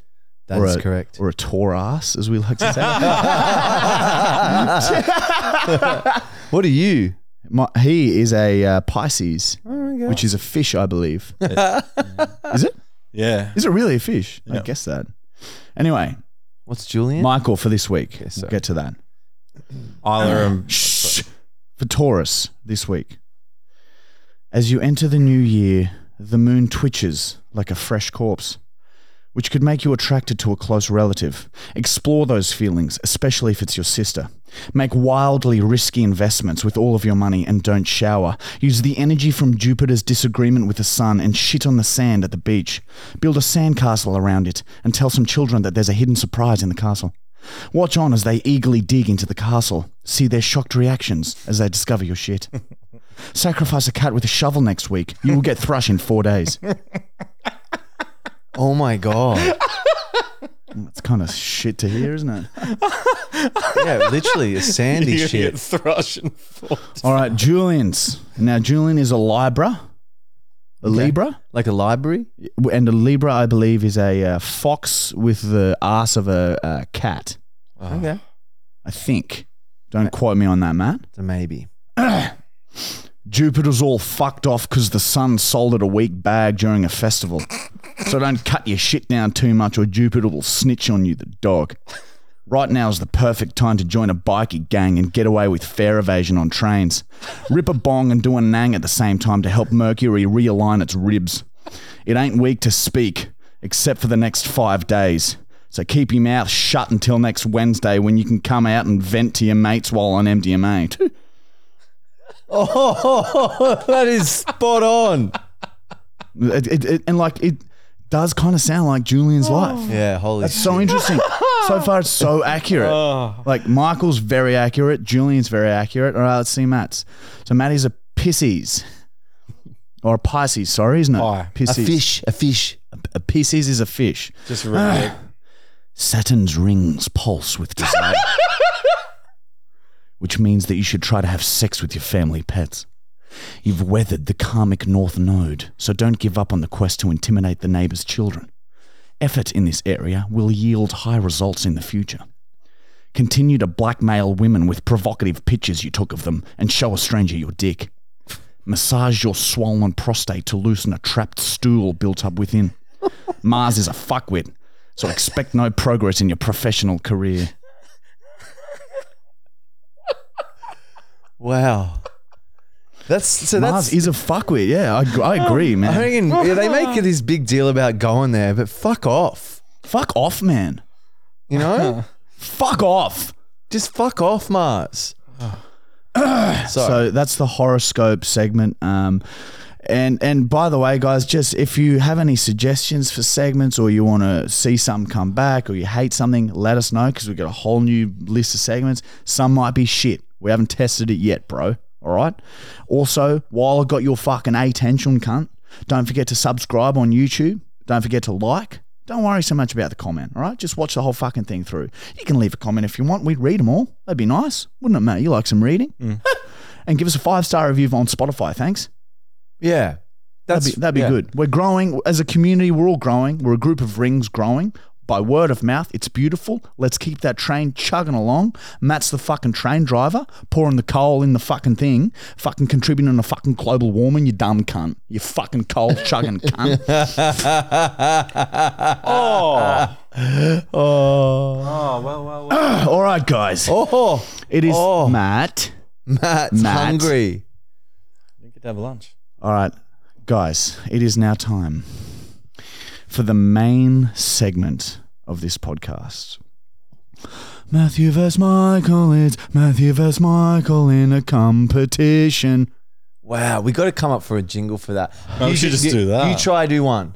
[SPEAKER 2] that
[SPEAKER 1] Or
[SPEAKER 2] is
[SPEAKER 1] a-
[SPEAKER 2] correct.
[SPEAKER 1] Or a Taurus as we like to say.
[SPEAKER 2] What are you?
[SPEAKER 1] My, he is a uh, Pisces,
[SPEAKER 2] Oh my God.
[SPEAKER 1] which is a fish, I believe. is it?
[SPEAKER 3] Yeah.
[SPEAKER 1] Is it really a fish? I
[SPEAKER 3] Yeah.
[SPEAKER 1] guess that. Anyway,
[SPEAKER 2] What's Julian?
[SPEAKER 1] Michael for this week.
[SPEAKER 2] Yes,
[SPEAKER 1] we'll
[SPEAKER 2] sir.
[SPEAKER 1] get to that.
[SPEAKER 3] Isla um, and
[SPEAKER 1] Shh. For Taurus this week. As you enter the new year, the moon twitches like a fresh corpse, which could make you attracted to a close relative. Explore those feelings, especially if it's your sister. Make wildly risky investments with all of your money and don't shower. Use the energy from Jupiter's disagreement with the sun and shit on the sand at the beach. Build a sandcastle around it and tell some children that there's a hidden surprise in the castle. Watch on as they eagerly dig into the castle. See their shocked reactions as they discover your shit. Sacrifice a cat with a shovel next week. You will get thrush in four days.
[SPEAKER 2] Oh my god!
[SPEAKER 1] It's kind of shit to hear, isn't it?
[SPEAKER 2] Yeah, literally a sandy
[SPEAKER 3] You get
[SPEAKER 2] shit.
[SPEAKER 3] thrush and fall.
[SPEAKER 1] All right, Julian's. Now, Julian is a Libra. A Libra?
[SPEAKER 2] Like a library.
[SPEAKER 1] And a Libra, I believe, is a uh, fox with the arse of a uh, cat.
[SPEAKER 2] Okay,
[SPEAKER 1] I think. Don't quote me on that, Matt.
[SPEAKER 2] so maybe.
[SPEAKER 1] Jupiter's all fucked off because the sun sold it a weak bag during a festival. So don't cut your shit down too much or Jupiter will snitch on you, the dog. Right now is the perfect time to join a bikie gang and get away with fare evasion on trains. Rip a bong and do a nang at the same time to help Mercury realign its ribs. It ain't weak to speak, except for the next five days. So keep your mouth shut until next Wednesday when you can come out and vent to your mates while on MDMA.
[SPEAKER 2] Oh, that is spot on.
[SPEAKER 1] It, it, it, and like it does kind of sound like Julian's life.
[SPEAKER 2] Oh. Yeah, holy.
[SPEAKER 1] That's so interesting. so far, it's so accurate.
[SPEAKER 2] Oh.
[SPEAKER 1] Like Michael's very accurate. Julian's very accurate. All right, let's see Matt's. So Matty's a Pisces or a Pisces. Sorry, isn't it?
[SPEAKER 3] Pie.
[SPEAKER 2] a
[SPEAKER 1] Pisces.
[SPEAKER 2] fish, a fish.
[SPEAKER 1] A Pisces is a fish.
[SPEAKER 3] Just really
[SPEAKER 1] Saturn's rings pulse with desire, which means that you should try to have sex with your family pets. You've weathered the karmic North Node, so don't give up on the quest to intimidate the neighbor's children. Effort in this area will yield high results in the future. Continue to blackmail women with provocative pictures you took of them and show a stranger your dick. Massage your swollen prostate to loosen a trapped stool built up within. Mars is a fuckwit, so expect no progress in your professional career.
[SPEAKER 2] Wow. That's so.
[SPEAKER 1] Mars
[SPEAKER 2] That's
[SPEAKER 1] is a fuckwit. Yeah, I, I agree,
[SPEAKER 2] I
[SPEAKER 1] man.
[SPEAKER 2] reckon yeah, they make this big deal about going there, but fuck off.
[SPEAKER 1] Fuck off, man.
[SPEAKER 2] You know,
[SPEAKER 1] Fuck off.
[SPEAKER 2] just fuck off, Mars. so,
[SPEAKER 1] Ah. So that's the horoscope segment. Um, and and by the way, guys, just if you have any suggestions for segments or you want to see something come back or you hate something, let us know because we've got a whole new list of segments. Some might be shit. We haven't tested it yet, bro. All right. Also, while I got your fucking attention, cunt, don't forget to subscribe on YouTube. Don't forget to like. Don't worry so much about the comment, all right? Just watch the whole fucking thing through. You can leave a comment if you want. We'd read them all. That'd be nice, wouldn't it, mate? You like some reading? and give us a five star review on Spotify. Thanks.
[SPEAKER 2] yeah, that's
[SPEAKER 1] That'd be, that'd be
[SPEAKER 2] yeah.
[SPEAKER 1] good. We're growing as a community. We're all growing. We're a group of rings growing by word of mouth. It's beautiful. Let's keep that train chugging along. Matt's the fucking train driver, pouring the coal in the fucking thing, fucking contributing to fucking global warming. You dumb cunt. You fucking coal chugging cunt.
[SPEAKER 3] oh.
[SPEAKER 2] Oh,
[SPEAKER 3] oh, well, well, well.
[SPEAKER 1] all right, guys.
[SPEAKER 2] oh,
[SPEAKER 1] It is
[SPEAKER 2] Oh.
[SPEAKER 1] Matt.
[SPEAKER 2] Matt's
[SPEAKER 1] Matt.
[SPEAKER 2] hungry.
[SPEAKER 3] We could have lunch.
[SPEAKER 1] All right, guys, it is now time for the main segment of this podcast. Matthew vs. Michael, it's Matthew vs. Michael in a competition.
[SPEAKER 2] Wow, we got to come up for a jingle for that.
[SPEAKER 3] No, we should just
[SPEAKER 2] you-
[SPEAKER 3] do that.
[SPEAKER 2] You try do one.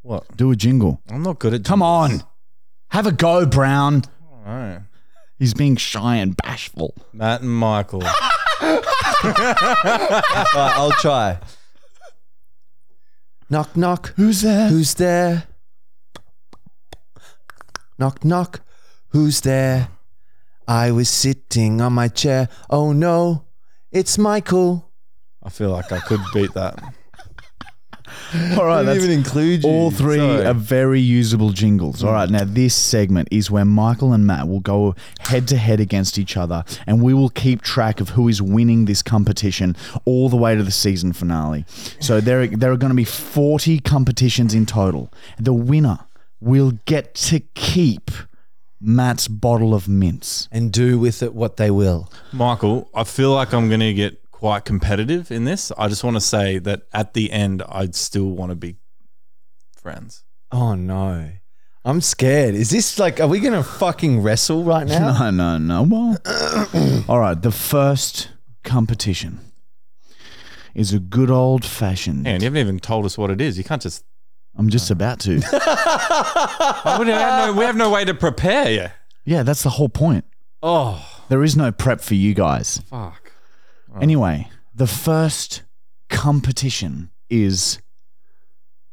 [SPEAKER 3] What?
[SPEAKER 1] Do a jingle.
[SPEAKER 3] I'm not good at.
[SPEAKER 1] Come on, have a go, Brown.
[SPEAKER 3] All right.
[SPEAKER 1] He's being shy and bashful.
[SPEAKER 3] Matt and Michael.
[SPEAKER 2] All right, I'll try. knock knock.
[SPEAKER 1] Who's there?
[SPEAKER 2] Who's there? Knock, knock. Who's there? I was sitting on my chair. Oh no, it's Michael.
[SPEAKER 3] I feel like I could beat that.
[SPEAKER 1] All right, Oh, that's
[SPEAKER 2] include
[SPEAKER 1] All three are very usable jingles. All right, now this segment is where Michael and Matt will go head to head against each other, and we will keep track of who is winning this competition all the way to the season finale. So there, there are going to be forty competitions in total. The winner will get to keep Matt's bottle of mints.
[SPEAKER 2] and do with it what they will.
[SPEAKER 3] Michael, I feel like I'm going to get quite competitive in this. I just want to say that at the end, I'd still want to be friends.
[SPEAKER 2] Oh no. I'm scared. Is this like are we gonna fucking wrestle right now?
[SPEAKER 1] No, no, no. Well, all right. The first competition is a good old fashioned.
[SPEAKER 3] Man, you haven't even told us what it is. You can't just.
[SPEAKER 1] I'm just about to.
[SPEAKER 3] Why would I have no- we have no way to prepare you.
[SPEAKER 1] yeah, that's the whole point.
[SPEAKER 3] Oh,
[SPEAKER 1] There is no prep for you guys.
[SPEAKER 3] fuck.
[SPEAKER 1] Anyway, the first competition is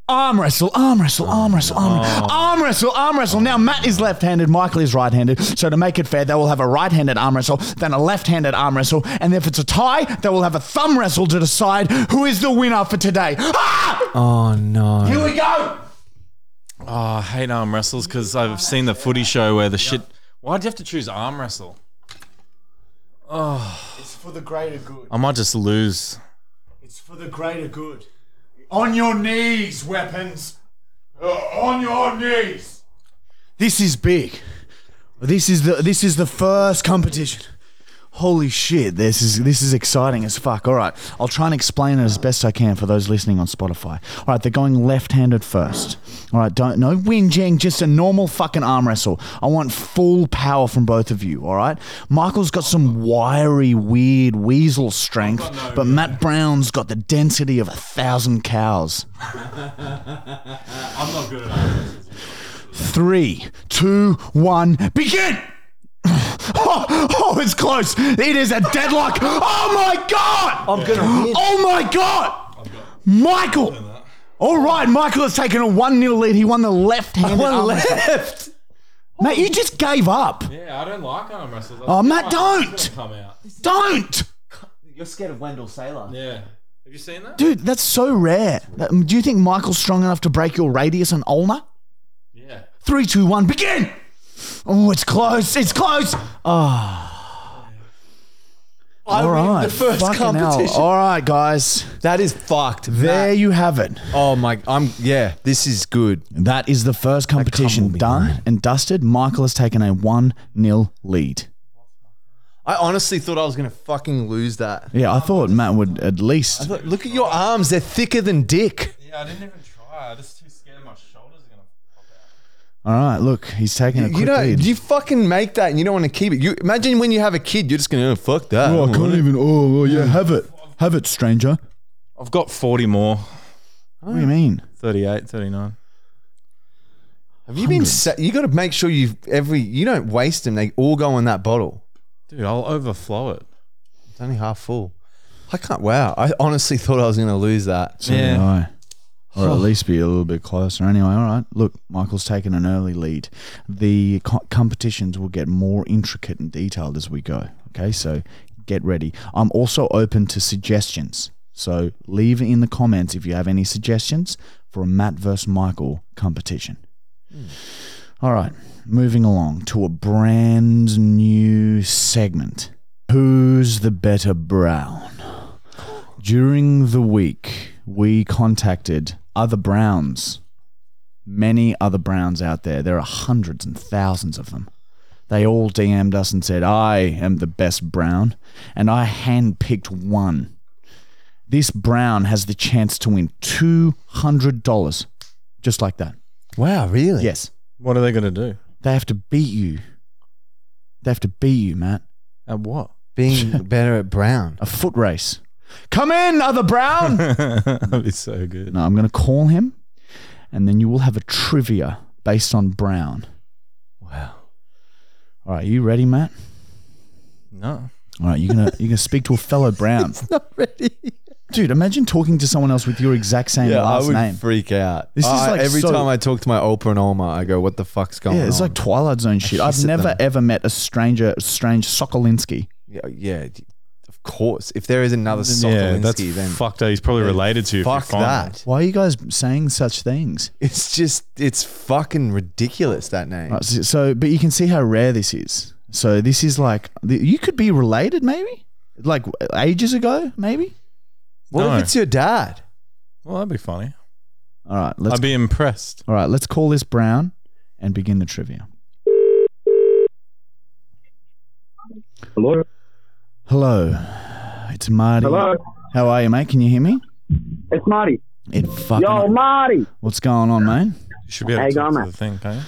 [SPEAKER 1] arm wrestle, arm wrestle,
[SPEAKER 4] Oh.
[SPEAKER 1] arm wrestle, arm, arm wrestle, arm wrestle. Now Matt is left-handed, Michael is right-handed. So to make it fair, they will have a right-handed arm wrestle, then a left-handed arm wrestle, and if it's a tie, they will have a thumb wrestle to decide who is the winner for today. Ah!
[SPEAKER 2] Oh no.
[SPEAKER 1] Here we go.
[SPEAKER 3] Oh, I hate arm wrestles because I've seen the footy show where the shit. Why'd you have to choose arm wrestle?
[SPEAKER 4] It's for the greater good.
[SPEAKER 3] I might just lose.
[SPEAKER 4] It's for the greater good. On your knees, weapons. Uh, on your knees.
[SPEAKER 1] This is big. This is the this is the first competition. Holy shit, this is this is exciting as fuck. All right, I'll try and explain it as best I can for those listening on Spotify. All right, they're going left-handed first. All right, don't no whinging, just a normal fucking arm wrestle. I want full power from both of you. All right, Michael's got some wiry, weird weasel strength, but Matt Brown's got the density of a thousand cows.
[SPEAKER 3] I'm not good at arm wrestling.
[SPEAKER 1] Three, two, one, begin! Oh, oh, it's close. It is a deadlock. Oh my god! I'm gonna Oh my god! Michael! All right, Michael has taken a 1 0 lead. He won the left hand.
[SPEAKER 2] One left.
[SPEAKER 1] Mate, you just gave up.
[SPEAKER 3] Yeah, I don't like arm wrestles.
[SPEAKER 1] Oh, Matt, don't!
[SPEAKER 3] Come out.
[SPEAKER 1] Don't!
[SPEAKER 2] You're scared of Wendell Sailor.
[SPEAKER 3] Yeah. Have you seen that?
[SPEAKER 1] Dude, that's so rare. That- Do you think Michael's strong enough to break your radius and ulna?
[SPEAKER 3] Yeah.
[SPEAKER 1] Three, two, one, begin! Oh, it's close. It's close.
[SPEAKER 2] I
[SPEAKER 1] All
[SPEAKER 2] win
[SPEAKER 1] right.
[SPEAKER 2] the first
[SPEAKER 1] fucking hell.
[SPEAKER 2] competition.
[SPEAKER 1] All right, guys.
[SPEAKER 2] That is fucked.
[SPEAKER 1] There
[SPEAKER 2] That-
[SPEAKER 1] you have it.
[SPEAKER 2] oh my I'm yeah, this is good.
[SPEAKER 1] That is the first competition
[SPEAKER 2] will be
[SPEAKER 1] done and dusted. Michael has taken a 1 0 lead.
[SPEAKER 2] I honestly thought I was gonna fucking lose that.
[SPEAKER 1] Yeah, I thought Matt would at least.
[SPEAKER 2] Look, look at your arms, they're thicker than dick.
[SPEAKER 3] Yeah, I didn't even try. I'm just too scared my shoulders are going to.
[SPEAKER 1] All right, look, he's taken a quick
[SPEAKER 2] You know,
[SPEAKER 1] lead.
[SPEAKER 2] you fucking make that and you don't want to keep it. You imagine when you have a kid, you're just gonna oh, fuck that.
[SPEAKER 1] oh, I
[SPEAKER 2] don't
[SPEAKER 1] can't
[SPEAKER 2] want it.
[SPEAKER 1] even. Oh, oh, yeah, have it. Have it, stranger.
[SPEAKER 3] I've got 40 more.
[SPEAKER 1] What do you mean?
[SPEAKER 3] 38, 39.
[SPEAKER 2] Have you been? Sa- you got to make sure you every you don't waste them. They all go in that bottle.
[SPEAKER 3] Dude, I'll overflow it.
[SPEAKER 2] It's only half full. I can't. Wow. I honestly thought I was going to lose that.
[SPEAKER 1] So did
[SPEAKER 3] Yeah.
[SPEAKER 1] I. Or at least be a little bit closer. Anyway, all right. Look, Michael's taken an early lead. The co- competitions will get more intricate and detailed as we go. Okay, so get ready. I'm also open to suggestions. So leave in the comments if you have any suggestions for a Matt versus Michael competition. All right, moving along to a brand new segment. Who's the better brown? During the week, we contacted other Browns, many other Browns out there. There are hundreds and thousands of them. They all DM'd us and said, I am the best Brown, and I handpicked one. This Brown has the chance to win $200, just like that.
[SPEAKER 2] Wow. Really?
[SPEAKER 1] Yes.
[SPEAKER 3] What are they going to do?
[SPEAKER 1] They have to beat you. They have to beat you, Matt.
[SPEAKER 3] At what?
[SPEAKER 2] Being better at brown.
[SPEAKER 1] A foot race. Come in, other Brown!
[SPEAKER 3] That'd be so good.
[SPEAKER 1] No, I'm going to call him, and then you will have a trivia based on Brown.
[SPEAKER 2] Wow.
[SPEAKER 1] All right, you ready, Matt?
[SPEAKER 3] No.
[SPEAKER 1] All right, you're gonna you're gonna speak to a fellow Brown,
[SPEAKER 2] Not ready.
[SPEAKER 1] dude. Imagine talking to someone else with your exact same
[SPEAKER 2] Yeah, I
[SPEAKER 1] last
[SPEAKER 2] would
[SPEAKER 1] name.
[SPEAKER 2] freak out.
[SPEAKER 1] This is
[SPEAKER 2] I-
[SPEAKER 1] like
[SPEAKER 2] every
[SPEAKER 1] so-
[SPEAKER 2] time I talk to my Oprah and Oma, I go, "What the fuck's going on?"
[SPEAKER 1] yeah, it's like Twilight Zone shit. I've
[SPEAKER 2] hiss at
[SPEAKER 1] never
[SPEAKER 2] them.
[SPEAKER 1] ever met a stranger, strange Sokolinski.
[SPEAKER 2] yeah, yeah, d- of course. If there is another
[SPEAKER 3] Yeah, that's
[SPEAKER 2] Sokolinsky, then
[SPEAKER 3] fucked up. He's probably related to you. if you
[SPEAKER 2] fuck
[SPEAKER 3] find him.
[SPEAKER 2] that.
[SPEAKER 1] Why are you guys saying such things?
[SPEAKER 2] It's just, it's fucking ridiculous that name.
[SPEAKER 1] Right, so, so, but you can see how rare this is. So this is like the, you could be related, maybe, like ages ago, maybe.
[SPEAKER 2] What
[SPEAKER 3] No.
[SPEAKER 2] if it's your dad?
[SPEAKER 3] Well, that'd be funny.
[SPEAKER 1] All right, let's
[SPEAKER 3] I'd be impressed.
[SPEAKER 1] All right, let's call this Brown and begin the trivia.
[SPEAKER 5] Hello.
[SPEAKER 1] Hello, it's Marty.
[SPEAKER 5] Hello.
[SPEAKER 1] How are you, mate? Can you hear me?
[SPEAKER 5] It's Marty.
[SPEAKER 1] It fucking.
[SPEAKER 5] Yo, Marty.
[SPEAKER 1] What's going on, mate?
[SPEAKER 3] You should be able to
[SPEAKER 5] Egg
[SPEAKER 3] talk to
[SPEAKER 5] omelet.
[SPEAKER 3] the thing, can't you?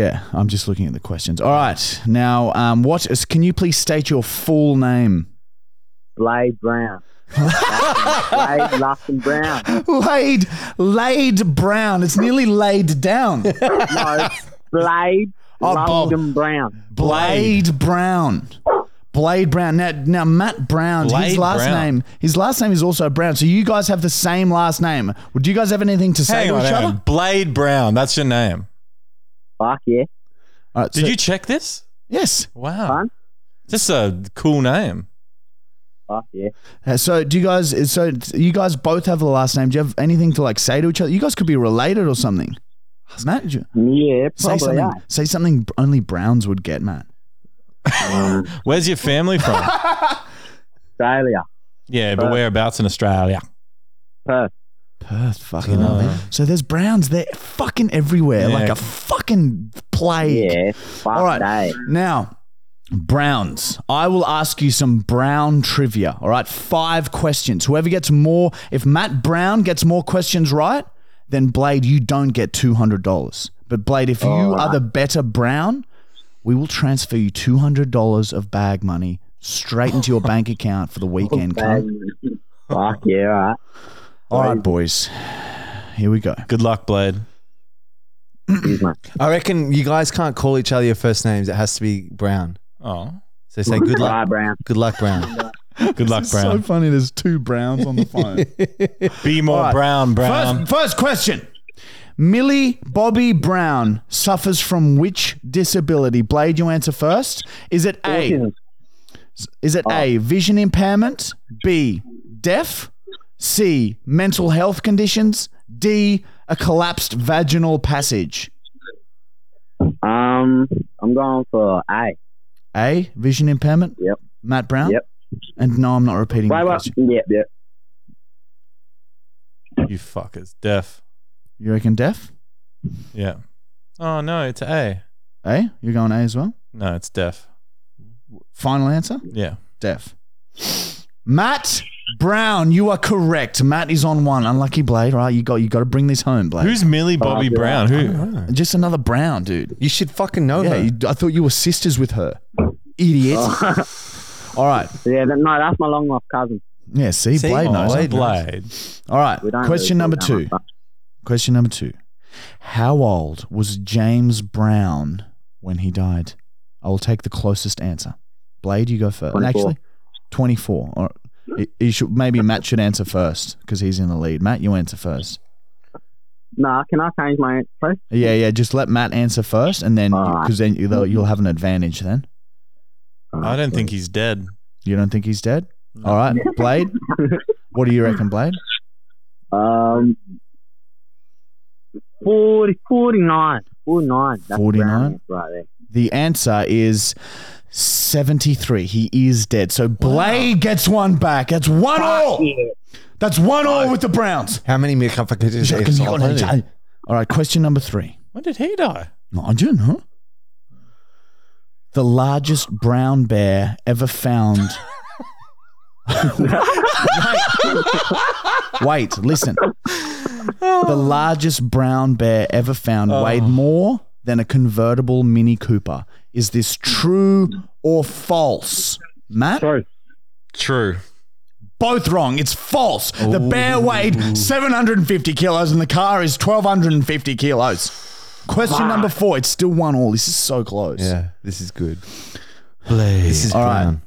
[SPEAKER 1] Yeah, I'm just looking at the questions. All right, now um, what is? Can you please state your full name?
[SPEAKER 5] Blade Brown. Blade Lachlan Brown.
[SPEAKER 1] Laid, laid Brown. It's nearly laid down.
[SPEAKER 5] No, Blade
[SPEAKER 1] Oh, Bob.
[SPEAKER 5] Lachlan Brown.
[SPEAKER 1] Blade Brown. Blade Brown. Now, now Matt Brown. his
[SPEAKER 3] Blade
[SPEAKER 1] last
[SPEAKER 3] Brown.
[SPEAKER 1] name. His last name is also Brown. So you guys have the same last name. Would you guys have anything to say
[SPEAKER 3] Hang
[SPEAKER 1] to
[SPEAKER 3] on,
[SPEAKER 1] each
[SPEAKER 3] hang
[SPEAKER 1] other?
[SPEAKER 3] on. Blade Brown. That's your name.
[SPEAKER 5] Fuck yeah.
[SPEAKER 1] All right,
[SPEAKER 3] Did
[SPEAKER 1] so-
[SPEAKER 3] you check this?
[SPEAKER 1] Yes.
[SPEAKER 3] Wow.
[SPEAKER 5] Fun.
[SPEAKER 3] Just a cool name.
[SPEAKER 5] Fuck yeah.
[SPEAKER 1] Uh, So do you guys? So you guys both have the last name. Do you have anything to like say to each other? You guys could be related or something. Matt, do you-
[SPEAKER 5] Yeah,
[SPEAKER 1] say
[SPEAKER 5] probably.
[SPEAKER 1] something.
[SPEAKER 5] eh?
[SPEAKER 1] Say something only Browns would get, Matt.
[SPEAKER 3] Where's your family from?
[SPEAKER 5] Australia.
[SPEAKER 3] yeah, but whereabouts in Australia?
[SPEAKER 5] Perth.
[SPEAKER 1] Perth, fucking hell, man. So there's Browns. They're fucking everywhere,
[SPEAKER 3] Yeah.
[SPEAKER 1] like a fucking plague.
[SPEAKER 5] Yeah. Fuck
[SPEAKER 1] All right.
[SPEAKER 5] day.
[SPEAKER 1] Now, Browns. I will ask you some Brown trivia. All right. Five questions. Whoever gets more, if Matt Brown gets more questions right, then Blade, you don't get $200. But Blade, if you are the better Brown, we will transfer you $200 of bag money straight into your bank account for the weekend. cunt.
[SPEAKER 5] Um, Fuck yeah, all right.
[SPEAKER 1] All right, boys. Here we go.
[SPEAKER 3] Good luck, Blade.
[SPEAKER 5] Excuse me.
[SPEAKER 2] I reckon you guys can't call each other your first names. It has to be Brown.
[SPEAKER 3] Oh,
[SPEAKER 2] So say good
[SPEAKER 5] Bye,
[SPEAKER 2] luck.
[SPEAKER 5] Brown.
[SPEAKER 2] Good luck, Brown.
[SPEAKER 3] good luck,
[SPEAKER 1] It's so
[SPEAKER 3] Brown.
[SPEAKER 1] funny. There's two Browns on the phone.
[SPEAKER 3] Be more brown, Brown.
[SPEAKER 1] First, first question. Millie Bobby Brown suffers from which disability? Blade, you answer first. Is it A?
[SPEAKER 5] Autism. Oh.
[SPEAKER 1] Is it A, vision impairment? B, deaf? C, mental health conditions? D, a collapsed vaginal passage?
[SPEAKER 5] Um, I'm going for A.
[SPEAKER 1] A, vision impairment?
[SPEAKER 5] Yep.
[SPEAKER 1] Matt Brown?
[SPEAKER 5] Yep.
[SPEAKER 1] And no, I'm not repeating the
[SPEAKER 5] Wait, what?
[SPEAKER 1] question.
[SPEAKER 5] Yep, yep.
[SPEAKER 3] you fuckers. Deaf.
[SPEAKER 1] You reckon deaf?
[SPEAKER 3] Yeah. Oh, no, it's A.
[SPEAKER 1] A, you're going A as well?
[SPEAKER 3] No, it's deaf.
[SPEAKER 1] Final answer?
[SPEAKER 3] Yeah.
[SPEAKER 1] Deaf. Matt Brown, you are correct. Matt is on one. Unlucky Blade, right? You got you got to bring this home, Blade.
[SPEAKER 3] Who's Millie Bobby
[SPEAKER 5] yeah.
[SPEAKER 3] Brown? Who?
[SPEAKER 1] just another Brown dude?
[SPEAKER 2] You should fucking know
[SPEAKER 1] Yeah,
[SPEAKER 2] that.
[SPEAKER 1] you, I thought you were sisters with her, idiot.
[SPEAKER 5] Oh.
[SPEAKER 1] All right,
[SPEAKER 5] Yeah, that, no, that's my long lost cousin.
[SPEAKER 1] yeah. See,
[SPEAKER 2] See?
[SPEAKER 1] Blade knows.
[SPEAKER 2] Blade.
[SPEAKER 3] Blade.
[SPEAKER 1] All right,
[SPEAKER 5] We don't
[SPEAKER 1] question
[SPEAKER 5] really
[SPEAKER 1] number
[SPEAKER 5] do that
[SPEAKER 1] two.
[SPEAKER 5] much,
[SPEAKER 1] Question number two. How old was James Brown when he died? I will take the closest answer. Blade, you go first.
[SPEAKER 5] 24.
[SPEAKER 1] Actually, twenty-four. All right. You- You should maybe Matt should answer first because he's in the lead. Matt, you answer first.
[SPEAKER 5] but- Nah, can I change my answer? please?
[SPEAKER 1] Yeah, yeah. Just let Matt answer first, and then
[SPEAKER 5] All right.
[SPEAKER 1] because then you- they'll- you'll have an advantage. Then
[SPEAKER 3] I don't think he's dead.
[SPEAKER 1] you don't think he's dead. All right, Blade. what do you reckon, Blade?
[SPEAKER 5] Um, 40, 49. 49. That's
[SPEAKER 1] 49?
[SPEAKER 5] Brown right there.
[SPEAKER 1] The answer is seventy-three. He is dead. So Blade gets one back. That's one all.
[SPEAKER 5] Yeah.
[SPEAKER 1] That's one all with the Browns.
[SPEAKER 2] How many mere complications?
[SPEAKER 1] All right, question number three.
[SPEAKER 3] When did he die?
[SPEAKER 1] No, I don't know. The largest brown bear ever found. Wait, listen. The largest brown bear ever found weighed more than a convertible Mini Cooper. Is this true or false? Matt?
[SPEAKER 5] Sorry.
[SPEAKER 3] True.
[SPEAKER 1] Both wrong. It's false. The bear weighed 750 kilos and the car is 1,250 kilos. Question number four. It's still one all. This is so close.
[SPEAKER 2] Yeah, this is good. This is
[SPEAKER 1] All right.
[SPEAKER 2] Brown.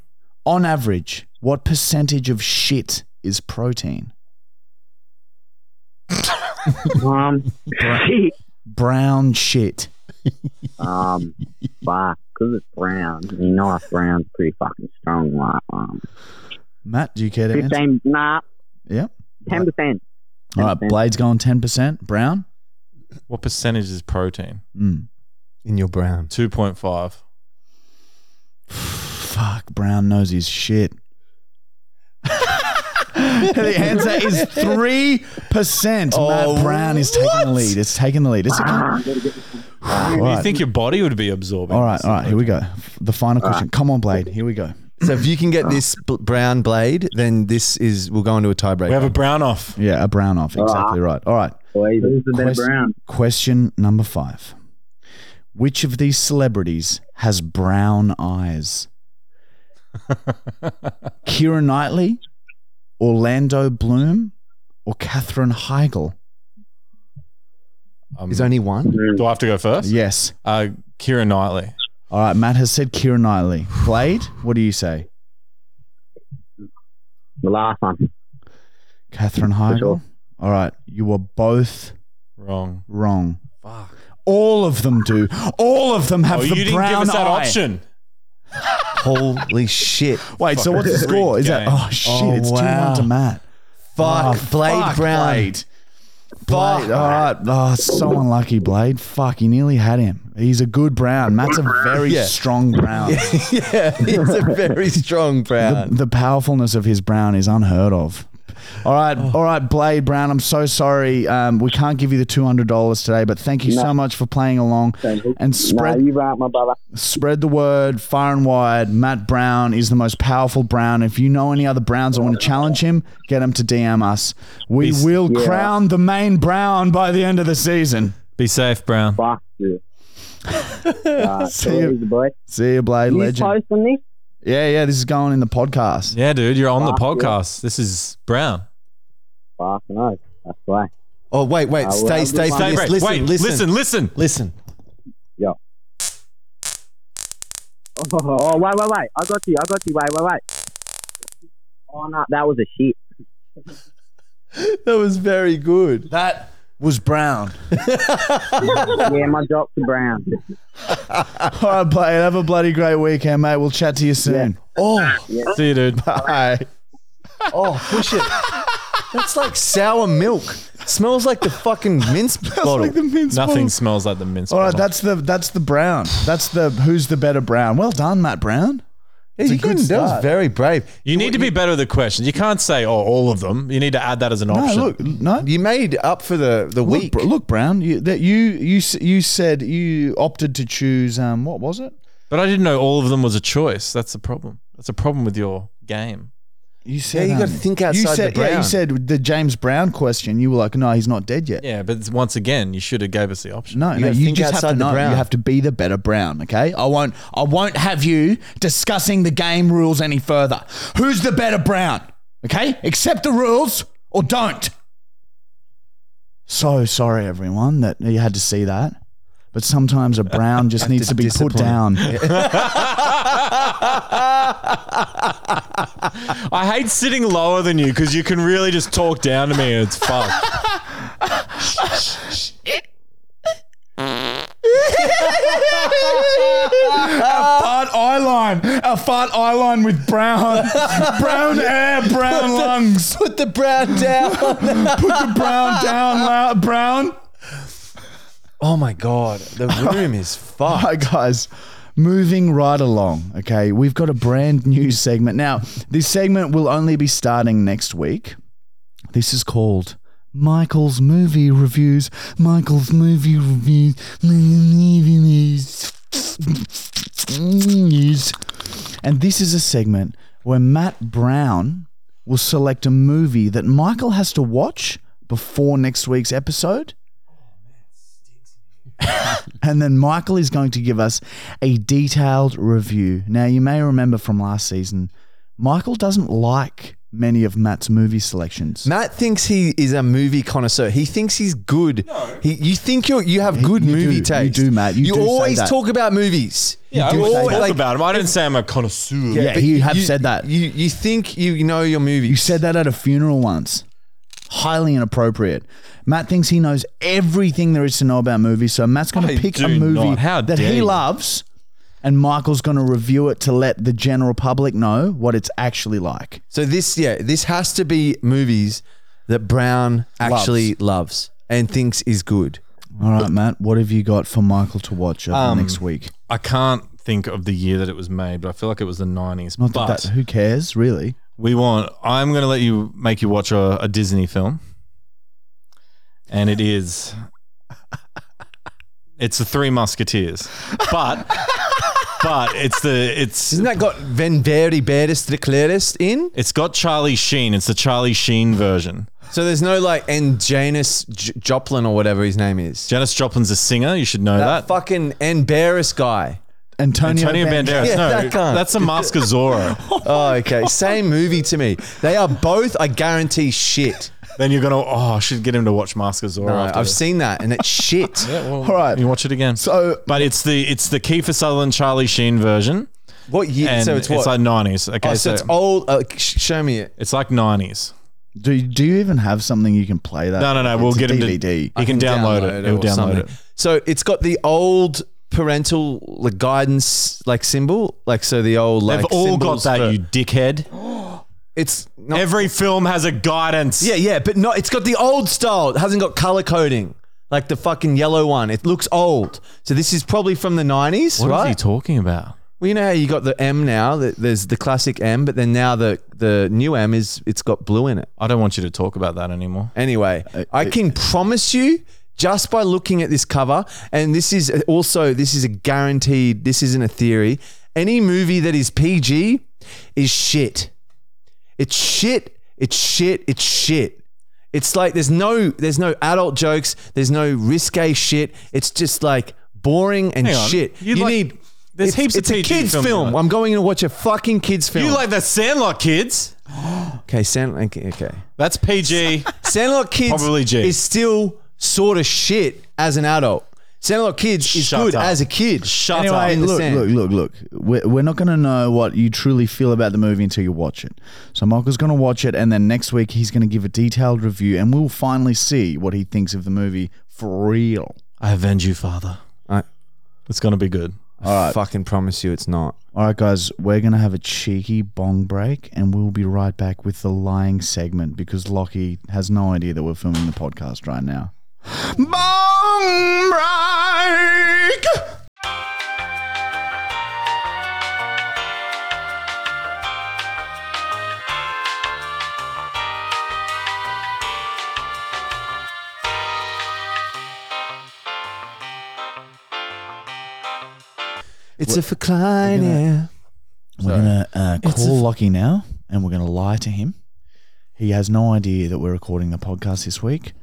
[SPEAKER 1] On average, what percentage of shit is protein?
[SPEAKER 5] Um, shit.
[SPEAKER 1] Brown shit.
[SPEAKER 5] um, fuck, because it's brown. You know, if brown's pretty fucking strong. Like, um,
[SPEAKER 1] Matt, do you care to answer?
[SPEAKER 5] 15, nah,
[SPEAKER 1] Yeah.
[SPEAKER 5] 10%.
[SPEAKER 1] All right. Blade's going 10%. Brown?
[SPEAKER 3] What percentage is protein?
[SPEAKER 1] Mm.
[SPEAKER 2] In your Brown.
[SPEAKER 3] 2.5.
[SPEAKER 1] Fuck. Brown knows his shit. the answer is 3%.
[SPEAKER 3] Oh,
[SPEAKER 1] Matt Brown is taking the lead. It's taking the lead. It's All
[SPEAKER 3] Ah. You
[SPEAKER 1] right.
[SPEAKER 3] think your body would be absorbing?
[SPEAKER 1] All right, all right, here we go. The final question. Come on, Blade. Here we go.
[SPEAKER 2] So if you can get this bl- Brown blade, then this is we'll go into a tiebreaker.
[SPEAKER 3] We have a brown off.
[SPEAKER 1] Yeah, a brown off. Exactly right. All right.
[SPEAKER 5] boys. This is Ben
[SPEAKER 1] Quest-
[SPEAKER 5] Brown.
[SPEAKER 1] Question number five. Which of these celebrities has brown eyes? Kira Knightley, Orlando Bloom, or Katherine Heigl?
[SPEAKER 3] Um,
[SPEAKER 2] There's only one.
[SPEAKER 5] Mm,
[SPEAKER 3] do I have to go first?
[SPEAKER 1] Yes.
[SPEAKER 3] Uh, Kira Knightley.
[SPEAKER 1] All right, Matt has said Kira Knightley. Blade, what do you say?
[SPEAKER 5] The last one.
[SPEAKER 1] Katherine Heigl?
[SPEAKER 5] sure.
[SPEAKER 1] All right, you are both
[SPEAKER 3] Wrong.
[SPEAKER 1] wrong. All of them do. All of them have
[SPEAKER 3] oh,
[SPEAKER 1] the
[SPEAKER 3] you didn't give
[SPEAKER 1] brown
[SPEAKER 3] us that
[SPEAKER 1] eye.
[SPEAKER 3] option.
[SPEAKER 2] Holy shit.
[SPEAKER 1] Wait, so what's the
[SPEAKER 3] Rigged
[SPEAKER 1] score? Is that
[SPEAKER 3] game.
[SPEAKER 1] oh shit?
[SPEAKER 2] Oh,
[SPEAKER 1] it's
[SPEAKER 2] wow.
[SPEAKER 1] two one to Matt.
[SPEAKER 2] Fuck,
[SPEAKER 1] Oh,
[SPEAKER 2] Blade
[SPEAKER 1] fuck,
[SPEAKER 2] Brown.
[SPEAKER 1] Blade.
[SPEAKER 2] Fuck.
[SPEAKER 1] Blade. All right. Oh, so unlucky, Blade. Fuck, he nearly had him. He's a good brown. Matt's a very
[SPEAKER 2] Yeah.
[SPEAKER 1] strong brown.
[SPEAKER 2] yeah, he's a very strong
[SPEAKER 1] The,
[SPEAKER 2] Brown.
[SPEAKER 1] the powerfulness of his brown is unheard of. All right,
[SPEAKER 5] Oh.
[SPEAKER 1] all right, Blade Brown. I'm so sorry. Um, we can't give you the two hundred dollars today, but thank you so much for playing along and spread
[SPEAKER 5] Nah, you right, my brother.
[SPEAKER 1] spread the word far and wide. Matt Brown is the most powerful Brown. If you know any other Browns that want to challenge him, get him to DM us. We
[SPEAKER 3] He's-
[SPEAKER 1] will crown the main Brown by the end of the season.
[SPEAKER 3] Be safe, Brown.
[SPEAKER 5] Fuck you. Uh,
[SPEAKER 1] See
[SPEAKER 5] so
[SPEAKER 1] you.
[SPEAKER 5] easy, boy.
[SPEAKER 1] See you, Blade
[SPEAKER 5] You
[SPEAKER 1] Legend.
[SPEAKER 5] posting this?
[SPEAKER 1] yeah, yeah, this is going in the podcast.
[SPEAKER 3] Yeah, dude, you're on the
[SPEAKER 5] Fuck, yeah.
[SPEAKER 3] podcast. This is Brown.
[SPEAKER 5] Fuck no. That's why.
[SPEAKER 2] Oh, wait,
[SPEAKER 1] Ah,
[SPEAKER 2] wait.
[SPEAKER 5] Uh,
[SPEAKER 2] Stay,
[SPEAKER 5] well,
[SPEAKER 2] stay,
[SPEAKER 5] I'll
[SPEAKER 2] stay.
[SPEAKER 3] Stay
[SPEAKER 2] Listen,
[SPEAKER 3] right.
[SPEAKER 2] listen,
[SPEAKER 3] Wait,
[SPEAKER 2] listen.
[SPEAKER 3] listen, listen.
[SPEAKER 2] listen.
[SPEAKER 5] Oh, oh, wait, wait, wait. I got you. I got you. Wait, wait, wait. Oh, no. That was a shit.
[SPEAKER 2] That was very good.
[SPEAKER 1] That was Brown.
[SPEAKER 5] yeah, my drops are brown.
[SPEAKER 1] All right, Blade, have a bloody great weekend, mate. We'll chat to you soon.
[SPEAKER 2] Oh,
[SPEAKER 3] See you, dude.
[SPEAKER 1] Bye.
[SPEAKER 2] oh, push it. That's like sour milk. Smells like the fucking mince bottle.
[SPEAKER 1] Like the mince
[SPEAKER 3] Nothing
[SPEAKER 1] balls.
[SPEAKER 3] smells like the mince.
[SPEAKER 1] All right,
[SPEAKER 3] bottle.
[SPEAKER 1] Uh, that's the that's the Brown. That's the who's the better Brown. Well done, Matt Brown.
[SPEAKER 2] Yeah,
[SPEAKER 1] a
[SPEAKER 2] you
[SPEAKER 1] good
[SPEAKER 2] couldn't- that was
[SPEAKER 1] start.
[SPEAKER 2] very brave.
[SPEAKER 3] You need to be better with the questions. You can't say, oh, all of them. You need to add that as an
[SPEAKER 1] No,
[SPEAKER 3] option.
[SPEAKER 1] look, no,
[SPEAKER 2] You made up for the the
[SPEAKER 1] Look,
[SPEAKER 2] week.
[SPEAKER 1] Br- look, Brown, you, that you you s- you said you opted to choose. Um, what was it?
[SPEAKER 3] But I didn't know all of them was a choice. That's the problem. That's a problem with your game.
[SPEAKER 1] You said
[SPEAKER 2] you
[SPEAKER 1] um,
[SPEAKER 2] gotta think outside
[SPEAKER 1] you
[SPEAKER 2] the
[SPEAKER 1] said, Yeah, you
[SPEAKER 2] Brown.
[SPEAKER 1] said the James Brown question. You were like, no, he's not dead yet.
[SPEAKER 3] Yeah, but it's- once again, you should have gave us the option.
[SPEAKER 1] No,
[SPEAKER 2] You
[SPEAKER 1] no,
[SPEAKER 2] gotta
[SPEAKER 1] you
[SPEAKER 2] think
[SPEAKER 1] just have
[SPEAKER 2] outside
[SPEAKER 1] to
[SPEAKER 2] the
[SPEAKER 1] know.
[SPEAKER 2] Brown.
[SPEAKER 1] You have to be the better Brown. Okay, I won't. I won't have you discussing the game rules any further. Who's the better Brown? Okay, accept the rules or don't. So sorry, everyone, that you had to see that. But sometimes a Brown just needs to be put
[SPEAKER 2] disappointed.
[SPEAKER 1] down.
[SPEAKER 3] I hate sitting lower than you because you can really just talk down to me and it's fucked.
[SPEAKER 1] fart eye line. A fart eye line with brown, brown air, brown lungs.
[SPEAKER 2] Put the brown down.
[SPEAKER 1] Put the brown down, loud, brown.
[SPEAKER 2] oh my god, the room is
[SPEAKER 1] All
[SPEAKER 2] fucked.
[SPEAKER 1] right, guys. Moving right along, okay, we've got a brand new segment. Now, this segment will only be starting next week. This is called Michael's Movie Reviews. Michael's Movie Reviews. News. And this is a segment where Matt Brown will select a movie that Michael has to watch before next week's episode. And then Michael is going to give us a detailed review. Now, you may remember from last season, Michael doesn't like many of Matt's movie selections.
[SPEAKER 2] Matt thinks he is a movie connoisseur. He thinks he's good. He, you think you you have good
[SPEAKER 1] you do.
[SPEAKER 2] movie
[SPEAKER 1] You
[SPEAKER 2] taste.
[SPEAKER 1] do, Matt. You do say
[SPEAKER 2] always
[SPEAKER 1] that.
[SPEAKER 2] talk about movies.
[SPEAKER 3] Yeah, I
[SPEAKER 2] you
[SPEAKER 3] always
[SPEAKER 2] always-
[SPEAKER 3] talk
[SPEAKER 2] like-
[SPEAKER 3] about him. I didn't say I'm a connoisseur.
[SPEAKER 1] Yeah,
[SPEAKER 2] but
[SPEAKER 1] you have said that.
[SPEAKER 2] You you think you know your movies.
[SPEAKER 1] You said that at a funeral once. Highly inappropriate. Matt thinks he knows everything there is to know about movies, so Matt's going
[SPEAKER 3] I
[SPEAKER 1] to pick a
[SPEAKER 3] do
[SPEAKER 1] movie
[SPEAKER 3] not. How
[SPEAKER 1] that
[SPEAKER 3] dare
[SPEAKER 1] he
[SPEAKER 3] you.
[SPEAKER 1] loves, and Michael's going to review it to let the general public know what it's actually like.
[SPEAKER 2] So this, yeah, this has to be movies that Brown actually loves, and thinks is good.
[SPEAKER 1] All right, Matt, what have you got for Michael to watch over
[SPEAKER 3] Um,
[SPEAKER 1] next week?
[SPEAKER 3] I can't think of the year that it was made, but I feel like it was the 90s.
[SPEAKER 1] Not
[SPEAKER 3] but
[SPEAKER 1] that, that who cares, really?
[SPEAKER 3] we want, I'm going to let you make you watch a, a Disney film. And it is, it's the Three Musketeers. But, but it's the, it's,
[SPEAKER 2] Isn't that got Ven Verdi Baddest Declarest in?
[SPEAKER 3] It's got Charlie Sheen. It's the Charlie Sheen version.
[SPEAKER 2] So there's no like, and Janus J- Joplin or whatever his name is.
[SPEAKER 3] Janis Joplin's a singer. You should know
[SPEAKER 2] that,
[SPEAKER 3] that.
[SPEAKER 2] fucking and Barris guy.
[SPEAKER 1] Antonio,
[SPEAKER 3] Antonio
[SPEAKER 1] Banderas.
[SPEAKER 3] Banderas.
[SPEAKER 2] Yeah,
[SPEAKER 3] no,
[SPEAKER 2] that guy.
[SPEAKER 3] that's a Mask of Zorro.
[SPEAKER 2] Oh, okay. Same movie to me. They are both, I guarantee, shit.
[SPEAKER 3] then you're gonna. Oh, I should get him to watch Mask of Zorro.
[SPEAKER 2] No,
[SPEAKER 3] after
[SPEAKER 2] I've
[SPEAKER 3] this.
[SPEAKER 2] seen that and it's shit.
[SPEAKER 1] All right.
[SPEAKER 3] You watch it again.
[SPEAKER 1] So-
[SPEAKER 3] but it's the it's the Kiefer Sutherland Charlie Sheen version,
[SPEAKER 2] What year?
[SPEAKER 3] and
[SPEAKER 2] so it's what?
[SPEAKER 3] like nineties. Okay,
[SPEAKER 2] oh, so,
[SPEAKER 3] so,
[SPEAKER 2] it's old. Uh, sh- show me it.
[SPEAKER 3] it's like nineties.
[SPEAKER 1] Do you, do you even have something you can play that?
[SPEAKER 3] No, no, no. We'll
[SPEAKER 1] It's a
[SPEAKER 3] get him to.
[SPEAKER 1] DVD.
[SPEAKER 3] He can, download, it.
[SPEAKER 2] or
[SPEAKER 3] He'll download
[SPEAKER 2] something.
[SPEAKER 3] it.
[SPEAKER 2] So it's got the old parental like, guidance like symbol, like so the old like.
[SPEAKER 3] They've all got
[SPEAKER 2] symbols
[SPEAKER 3] that,
[SPEAKER 2] for-
[SPEAKER 3] you dickhead.
[SPEAKER 2] It's not.
[SPEAKER 3] Every film has a guidance.
[SPEAKER 2] yeah, yeah, but not. It's got the old style. It hasn't got color coding. Like the fucking yellow one. It looks old. So this is probably from the nineties,
[SPEAKER 3] What is
[SPEAKER 2] right?
[SPEAKER 3] he talking about?
[SPEAKER 2] well, you know how you got the M now. that There's the classic M, but then now the the new M is it's got blue in it.
[SPEAKER 3] I don't want you to talk about that anymore.
[SPEAKER 2] Anyway, I can promise you just by looking at this cover, and this is also this is a guaranteed. This isn't a theory. Any movie that is PG is shit. It's shit. It's shit. It's shit. It's like there's no there's no adult jokes. There's no risque shit. It's just like boring and
[SPEAKER 3] Hang on.
[SPEAKER 2] shit. You,
[SPEAKER 3] You like-
[SPEAKER 2] need.
[SPEAKER 3] there's
[SPEAKER 2] it's,
[SPEAKER 3] heaps of
[SPEAKER 2] It's a
[SPEAKER 3] PG
[SPEAKER 2] kids
[SPEAKER 3] film you
[SPEAKER 2] film.
[SPEAKER 3] like.
[SPEAKER 2] I'm going to watch a fucking kids film.
[SPEAKER 3] You like the Sandlot kids?
[SPEAKER 2] okay, sound okay. okay.
[SPEAKER 3] That's PG.
[SPEAKER 2] Sandlot Kids
[SPEAKER 3] Probably G.
[SPEAKER 2] is still sort of shit as an adult. Sandlot Kids is
[SPEAKER 3] Shut
[SPEAKER 2] good
[SPEAKER 3] up.
[SPEAKER 2] as a kid.
[SPEAKER 3] Shut
[SPEAKER 2] Anyway,
[SPEAKER 3] up.
[SPEAKER 2] in the
[SPEAKER 1] look,
[SPEAKER 2] sand.
[SPEAKER 1] look, look, look. We're, we're not going to know what you truly feel about the movie until you watch it. So Michael's going to watch it, and then next week he's going to give a detailed review, and we'll finally see what he thinks of the movie for real.
[SPEAKER 3] I avenge you, Father.
[SPEAKER 2] I-
[SPEAKER 3] It's gonna be good.
[SPEAKER 2] I fucking promise you it's not.
[SPEAKER 1] All right, guys, we're going to have a cheeky bong break, and we'll be right back with the lying segment because Lockie has no idea that we're filming the podcast right now. Bong break!
[SPEAKER 2] It's a recliner.
[SPEAKER 1] We're going to uh, call Lockie now and we're going to lie to him. He has no idea that we're recording the podcast this week.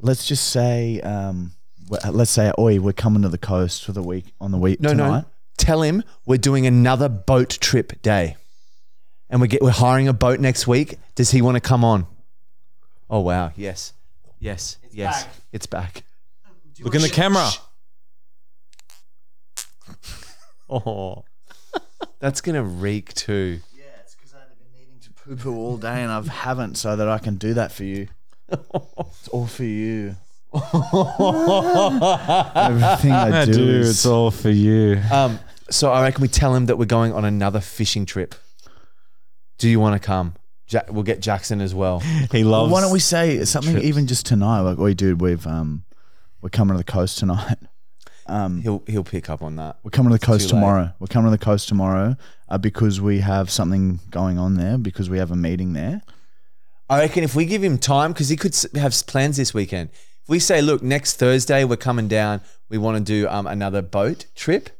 [SPEAKER 1] Let's just say, um, we- uh, let's say, oi, we're coming to the coast for the week on the week
[SPEAKER 2] No,
[SPEAKER 1] tonight.
[SPEAKER 2] no. Tell him we're doing another boat trip day, and we get we're hiring a boat next week. Does he want to come on? Oh wow! Yes, yes, yes. It's back.
[SPEAKER 3] Look in the camera.
[SPEAKER 2] Oh, that's gonna reek too.
[SPEAKER 1] Poo poo all day, and I haven't, so that I can do that for you. It's all for you. Everything I do, is
[SPEAKER 3] Ah, all for you.
[SPEAKER 2] Um, so I reckon we tell him that we're going on another fishing trip. Do you want to come? Ja- we'll get Jackson as well.
[SPEAKER 3] He loves.
[SPEAKER 1] Why don't we say something even just tonight? Like, oi, dude, we've um, we're coming to the coast tonight.
[SPEAKER 2] He'll he'll pick up on that.
[SPEAKER 1] We're coming to the coast
[SPEAKER 2] too late.
[SPEAKER 1] tomorrow. We're coming to the coast tomorrow uh, because we have something going on there because we have a meeting there.
[SPEAKER 2] I reckon if we give him time, because he could s- have s- plans this weekend. If we say, look, next Thursday we're coming down. We want to do um, another boat trip.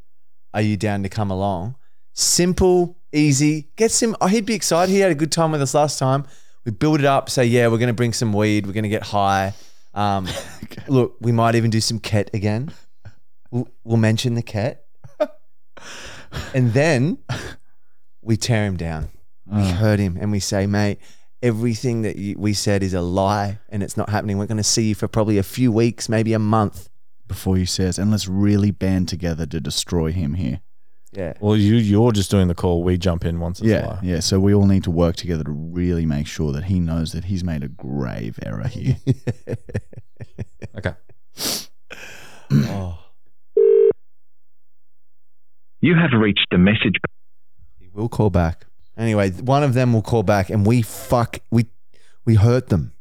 [SPEAKER 2] Are you down to come along? Simple, easy. Gets him. Oh, he'd be excited. He had a good time with us last time. We build it up. Say, yeah, we're going to bring some weed. We're going to get high. Um, Look, we might even do some ket again. We'll, we'll mention the ket, and then we tear him down. We hurt him, and we say, mate, everything that you, we said is a lie, and it's not happening. We're going to see you for probably a few weeks, maybe a month.
[SPEAKER 1] Before you says, and let's really band together to destroy him here.
[SPEAKER 2] Yeah.
[SPEAKER 3] Well, you you're just doing the call. We jump in once. It's
[SPEAKER 1] yeah,
[SPEAKER 3] a lie.
[SPEAKER 1] yeah. So we all need to work together to really make sure that he knows that he's made a grave error here.
[SPEAKER 3] Okay.
[SPEAKER 2] Oh,
[SPEAKER 6] You have reached the message.
[SPEAKER 2] he will call back. Anyway, one of them will call back, and we fuck we we hurt them.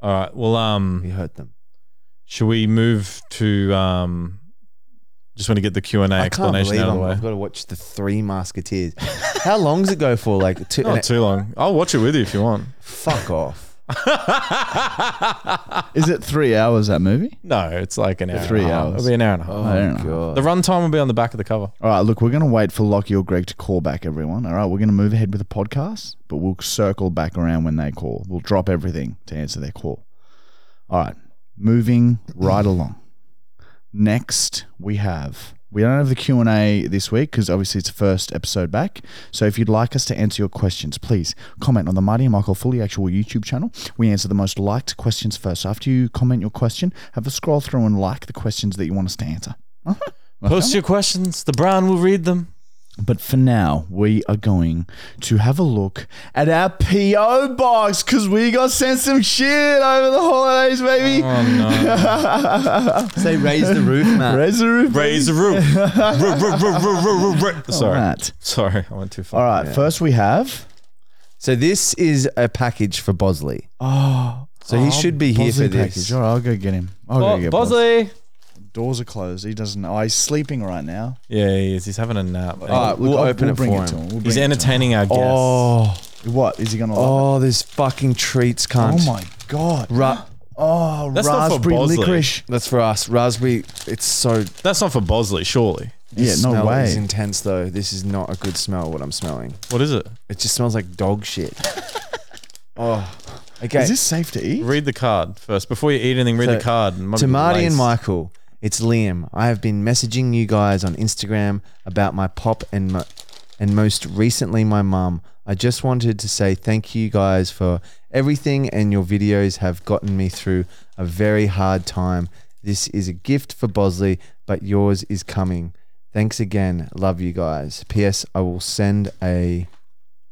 [SPEAKER 3] All right. Well,
[SPEAKER 2] We
[SPEAKER 3] um,
[SPEAKER 2] hurt them.
[SPEAKER 3] should we move to um? Just want to get the Q and A
[SPEAKER 2] I can't believe
[SPEAKER 3] explanation out of
[SPEAKER 2] I'm,
[SPEAKER 3] the way.
[SPEAKER 2] I've got to watch the Three Musketeers. How long does it go for? Like two.
[SPEAKER 3] Not too long. I'll watch it with you if you want.
[SPEAKER 2] Fuck off.
[SPEAKER 3] Oh
[SPEAKER 1] Is it three hours that movie?
[SPEAKER 3] No, it's like an hour.
[SPEAKER 1] Three
[SPEAKER 3] and a half.
[SPEAKER 1] hours.
[SPEAKER 3] It'll be an hour and a
[SPEAKER 2] Oh
[SPEAKER 3] half.
[SPEAKER 1] I don't know.
[SPEAKER 3] The runtime will be on the back of the cover.
[SPEAKER 1] All right, look, we're going to wait for Lockie or Greg to call back everyone. All right, we're going to move ahead with the podcast, but we'll circle back around when they call. We'll drop everything to answer their call. All right, moving right along. Next, we have we don't have the Q and A this week because obviously it's the first episode back. So if you'd like us to answer your questions, please comment on the Marty and Michael Fully Actual YouTube channel. We answer the most liked questions first. After you comment your question, have a scroll through and like the questions that you want us to answer.
[SPEAKER 3] Post your questions. The Brown will read them.
[SPEAKER 1] But for now, we are going to have a look at our PO box because we got sent some shit over the holidays, baby.
[SPEAKER 2] Uh, Say raise the roof, man.
[SPEAKER 1] Raise the roof.
[SPEAKER 3] Raise a roof. Sorry.
[SPEAKER 1] Matt.
[SPEAKER 3] Sorry, I went too far.
[SPEAKER 1] All right, first we have.
[SPEAKER 2] So this is a package for Bosley. Oh, so he should be here
[SPEAKER 1] Bosley
[SPEAKER 2] for this.
[SPEAKER 1] package. All right, I'll go get him. I'll go
[SPEAKER 3] Oh,
[SPEAKER 1] get
[SPEAKER 3] Bosley.
[SPEAKER 1] Bosley. Doors are closed. He doesn't know. Oh, he's sleeping right now.
[SPEAKER 3] Yeah, he is. He's having a nap.
[SPEAKER 2] right,
[SPEAKER 1] Look,
[SPEAKER 2] we'll
[SPEAKER 1] I'll-
[SPEAKER 2] open it
[SPEAKER 1] bring
[SPEAKER 2] for
[SPEAKER 1] it to
[SPEAKER 2] him.
[SPEAKER 1] him. We'll bring it
[SPEAKER 3] He's
[SPEAKER 1] to him.
[SPEAKER 3] entertaining our guests.
[SPEAKER 2] Oh,
[SPEAKER 1] What? Is he going to love
[SPEAKER 2] oh, this fucking treats,
[SPEAKER 1] it?
[SPEAKER 2] cunt.
[SPEAKER 1] Oh, my God.
[SPEAKER 2] Ra-
[SPEAKER 1] Oh,
[SPEAKER 3] That's not for
[SPEAKER 1] raspberry
[SPEAKER 3] Bosley.
[SPEAKER 1] licorice.
[SPEAKER 2] that's for us. Raspberry. It's so.
[SPEAKER 3] That's not for Bosley, surely.
[SPEAKER 1] Yeah,
[SPEAKER 2] this
[SPEAKER 1] no
[SPEAKER 2] smell
[SPEAKER 1] way.
[SPEAKER 2] Is intense though. This is not a good smell. What I'm smelling.
[SPEAKER 3] What is it?
[SPEAKER 2] It just smells like dog shit. oh, okay.
[SPEAKER 1] Is this safe to eat?
[SPEAKER 3] Read the card first. Before you eat anything, read
[SPEAKER 2] So,
[SPEAKER 3] the card. It might
[SPEAKER 2] to
[SPEAKER 3] be
[SPEAKER 2] Marty and
[SPEAKER 3] laced.
[SPEAKER 2] Michael, it's Liam. I have been messaging you guys on Instagram about my pop and mo- and most recently my mum. I just wanted to say thank you guys for everything and your videos have gotten me through a very hard time. This is a gift for Bosley, but yours is coming. Thanks again. Love you guys. PS I will send a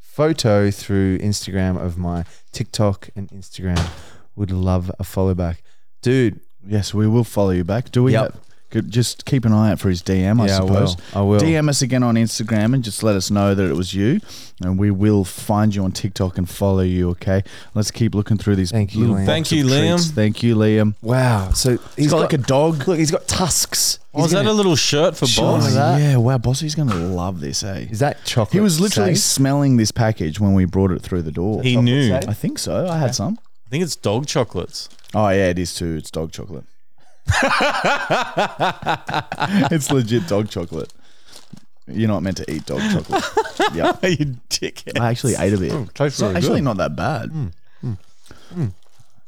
[SPEAKER 2] photo through Instagram of my TikTok and Instagram. Would love a follow back. Dude,
[SPEAKER 1] Yes, we will follow you back. Do we?
[SPEAKER 2] Yep.
[SPEAKER 1] Have, could just keep an eye out for his DM, I
[SPEAKER 2] Yeah, I will.
[SPEAKER 1] suppose.
[SPEAKER 2] I will.
[SPEAKER 1] DM us again on Instagram and just let us know that it was you, and we will find you on TikTok and follow you. Okay, let's keep looking through these.
[SPEAKER 2] Thank you,
[SPEAKER 1] little
[SPEAKER 2] Liam.
[SPEAKER 1] box
[SPEAKER 3] Thank
[SPEAKER 1] of
[SPEAKER 3] you, Liam.
[SPEAKER 1] treats. Thank you, Liam.
[SPEAKER 2] Wow. So
[SPEAKER 1] He's got, like a dog.
[SPEAKER 2] Look, he's got tusks.
[SPEAKER 3] Oh, is that a little shirt for
[SPEAKER 1] Oh,
[SPEAKER 3] Bosley?
[SPEAKER 2] that.
[SPEAKER 1] yeah, wow, Bossy's gonna love this, eh?
[SPEAKER 2] Is that chocolate?
[SPEAKER 1] He was literally
[SPEAKER 2] safe?
[SPEAKER 1] smelling this package when we brought it through the door.
[SPEAKER 3] He knew. I
[SPEAKER 1] I think so. I had some.
[SPEAKER 3] think it's dog chocolates.
[SPEAKER 1] Oh yeah, it is too. It's dog chocolate. it's legit dog chocolate. You're not meant to eat dog chocolate. yeah,
[SPEAKER 3] you dickhead.
[SPEAKER 1] I actually ate a bit.
[SPEAKER 2] Mm, tastes
[SPEAKER 1] It's not-
[SPEAKER 2] really
[SPEAKER 1] actually
[SPEAKER 2] good.
[SPEAKER 1] not
[SPEAKER 2] Mm,
[SPEAKER 1] that bad.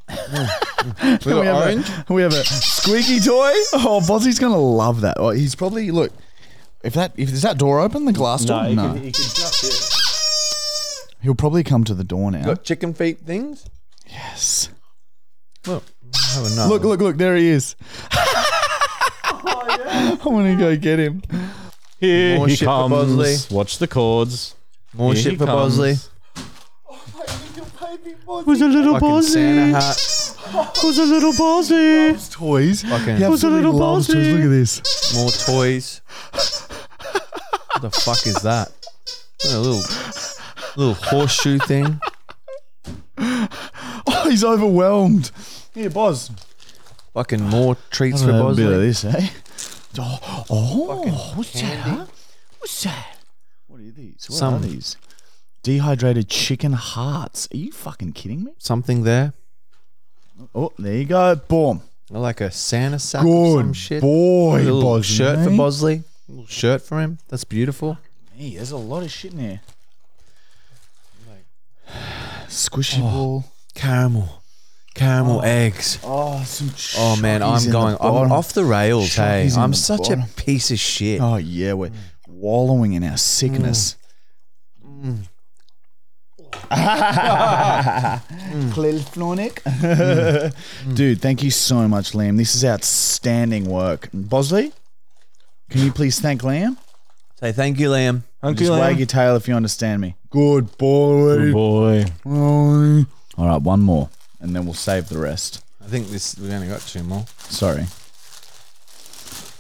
[SPEAKER 2] We
[SPEAKER 1] we,
[SPEAKER 2] got
[SPEAKER 1] have
[SPEAKER 2] orange.
[SPEAKER 1] A, we have a squeaky toy. Oh, Bozzy's gonna love that. Oh, he's probably look. If that if is that door open, the glass door. No, he'll probably come to the door now.
[SPEAKER 2] Got chicken feet things.
[SPEAKER 1] Yes.
[SPEAKER 2] Look, have another.
[SPEAKER 1] Look, look, look! There he is. I want to go get him.
[SPEAKER 3] Here
[SPEAKER 2] More
[SPEAKER 3] he
[SPEAKER 2] shit for Bosley.
[SPEAKER 3] comes. Watch the chords.
[SPEAKER 2] more
[SPEAKER 3] Here
[SPEAKER 2] shit
[SPEAKER 3] he
[SPEAKER 2] for
[SPEAKER 3] comes.
[SPEAKER 2] Bosley.
[SPEAKER 1] Was a little
[SPEAKER 2] Fucking Santa hat.
[SPEAKER 1] Was a little Bosley. Loves toys.
[SPEAKER 2] Fucking-
[SPEAKER 1] He
[SPEAKER 2] Was
[SPEAKER 1] absolutely
[SPEAKER 3] little
[SPEAKER 1] loves
[SPEAKER 3] Bosley.
[SPEAKER 1] toys. Look at this.
[SPEAKER 2] More toys. what the fuck is that? What a little, little horseshoe thing.
[SPEAKER 1] Oh, he's overwhelmed. Here, Boz.
[SPEAKER 2] Fucking more treats for
[SPEAKER 1] Have a bit of
[SPEAKER 2] Bosley.
[SPEAKER 1] this, eh? Oh, oh what's that? Huh? What's that? What are these? What are
[SPEAKER 2] Some-
[SPEAKER 1] these? Dehydrated chicken hearts. Are you fucking kidding me?
[SPEAKER 2] Something there.
[SPEAKER 1] Oh, there you go. Boom.
[SPEAKER 2] Like a Santa sack or some
[SPEAKER 1] Good
[SPEAKER 2] shit.
[SPEAKER 1] boy,
[SPEAKER 2] little
[SPEAKER 1] Bosley.
[SPEAKER 2] shirt for Bosley. Little shirt for him. That's beautiful.
[SPEAKER 1] Hey, there's a lot of shit in here. Squishy
[SPEAKER 2] Oh.
[SPEAKER 1] ball.
[SPEAKER 2] Caramel. Caramel eggs.
[SPEAKER 1] Oh, some.
[SPEAKER 2] Oh man, I'm going. I'm off the rails. Hey,
[SPEAKER 1] Shockies in
[SPEAKER 2] I'm
[SPEAKER 1] the
[SPEAKER 2] such
[SPEAKER 1] bottom.
[SPEAKER 2] a piece of shit.
[SPEAKER 1] Oh yeah, we're wallowing in our sickness. Dude, thank you so much, Liam. This is outstanding work. Bosley, can you please thank Liam?
[SPEAKER 2] Say thank you, Liam.
[SPEAKER 1] Just wag your tail if you understand me. Good boy.
[SPEAKER 3] Good boy.
[SPEAKER 1] All right, one more, and then we'll save the rest.
[SPEAKER 2] I think this we've only got two more.
[SPEAKER 1] Sorry.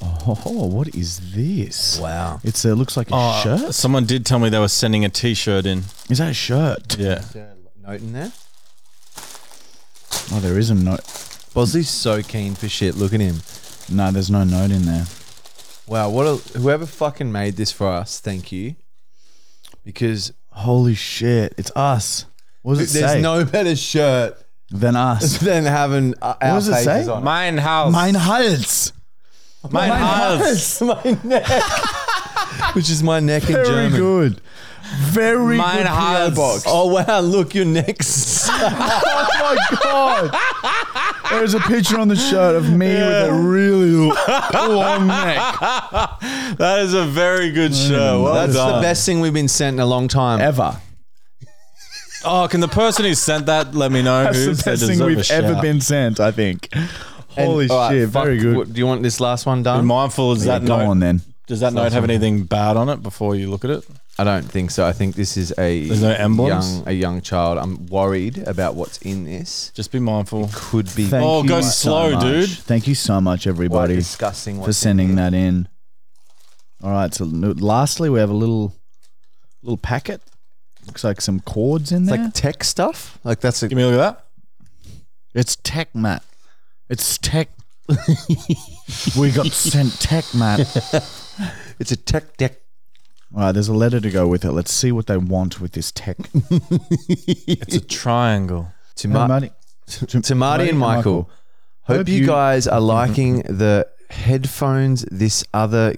[SPEAKER 1] Oh, what is this?
[SPEAKER 2] Wow.
[SPEAKER 1] It's uh, looks like a
[SPEAKER 3] Oh,
[SPEAKER 1] shirt.
[SPEAKER 3] Someone did tell me they were sending a T-shirt in.
[SPEAKER 1] Is that a shirt?
[SPEAKER 3] Yeah.
[SPEAKER 2] Is there a note in there?
[SPEAKER 1] Oh, there is a note.
[SPEAKER 2] Bosley's so keen for shit. Look at him.
[SPEAKER 1] No, there's no note in there.
[SPEAKER 2] Wow. What a whoever fucking made this for us. Thank you. Because
[SPEAKER 1] Holy shit! It's us. What does it
[SPEAKER 2] there's
[SPEAKER 1] say?
[SPEAKER 2] no better shirt
[SPEAKER 1] than us.
[SPEAKER 2] than having uh, our
[SPEAKER 1] does it
[SPEAKER 2] faces
[SPEAKER 1] say?
[SPEAKER 2] on. it.
[SPEAKER 3] Mein Haus.
[SPEAKER 1] Mein Hals.
[SPEAKER 3] mein Haus.
[SPEAKER 2] my neck, which is my neck in
[SPEAKER 1] Very
[SPEAKER 2] German.
[SPEAKER 1] good. Very
[SPEAKER 3] Mein
[SPEAKER 1] good.
[SPEAKER 3] Hals.
[SPEAKER 2] Oh wow! Look, your neck's
[SPEAKER 1] Oh my god. There's a picture on the shirt of me with a really long neck.
[SPEAKER 3] That is a very good show. Well
[SPEAKER 2] Mm. That's
[SPEAKER 3] done.
[SPEAKER 2] the best thing we've been sent in a long time.
[SPEAKER 1] Ever.
[SPEAKER 3] Oh, can the person who sent that let me know
[SPEAKER 1] That's
[SPEAKER 3] who
[SPEAKER 1] the best thing we've ever been sent, I think.
[SPEAKER 2] And-
[SPEAKER 1] Holy
[SPEAKER 2] all right,
[SPEAKER 1] shit,
[SPEAKER 2] fuck,
[SPEAKER 1] very good.
[SPEAKER 2] what- do you want this last one done?
[SPEAKER 3] mindful? Does
[SPEAKER 1] Yeah,
[SPEAKER 3] that
[SPEAKER 1] go
[SPEAKER 3] note,
[SPEAKER 1] on then.
[SPEAKER 3] Does that note have anything bad on it before you look at it?
[SPEAKER 2] I don't think so. I think this is a
[SPEAKER 3] There's no emblems?
[SPEAKER 2] young a young child. I'm worried about what's in this.
[SPEAKER 3] Just be mindful.
[SPEAKER 2] Could be
[SPEAKER 1] Thank
[SPEAKER 3] Oh,
[SPEAKER 1] you
[SPEAKER 3] go
[SPEAKER 1] so
[SPEAKER 3] slow,
[SPEAKER 1] much.
[SPEAKER 3] dude.
[SPEAKER 1] Thank you so much,
[SPEAKER 2] quite
[SPEAKER 1] everybody,
[SPEAKER 2] disgusting
[SPEAKER 1] for
[SPEAKER 2] what's
[SPEAKER 1] sending
[SPEAKER 2] in here.
[SPEAKER 1] that in. All right. So, no- lastly, we have a little, little packet. Looks like some cords in
[SPEAKER 2] It's
[SPEAKER 1] there.
[SPEAKER 2] like tech stuff. Like that's a,
[SPEAKER 3] Give me a look at
[SPEAKER 1] It's tech, Matt. It's tech. we got sent tech, Matt.
[SPEAKER 2] it's a tech deck.
[SPEAKER 1] All right, there's a letter to go with it. Let's see what they want with this tech.
[SPEAKER 3] that. It's a triangle.
[SPEAKER 2] To Ma-
[SPEAKER 1] Marty.
[SPEAKER 2] to Marty and Michael. Hope,
[SPEAKER 1] Hope
[SPEAKER 2] you, Mm-hmm.
[SPEAKER 1] you-
[SPEAKER 2] guys are liking the headphones. This other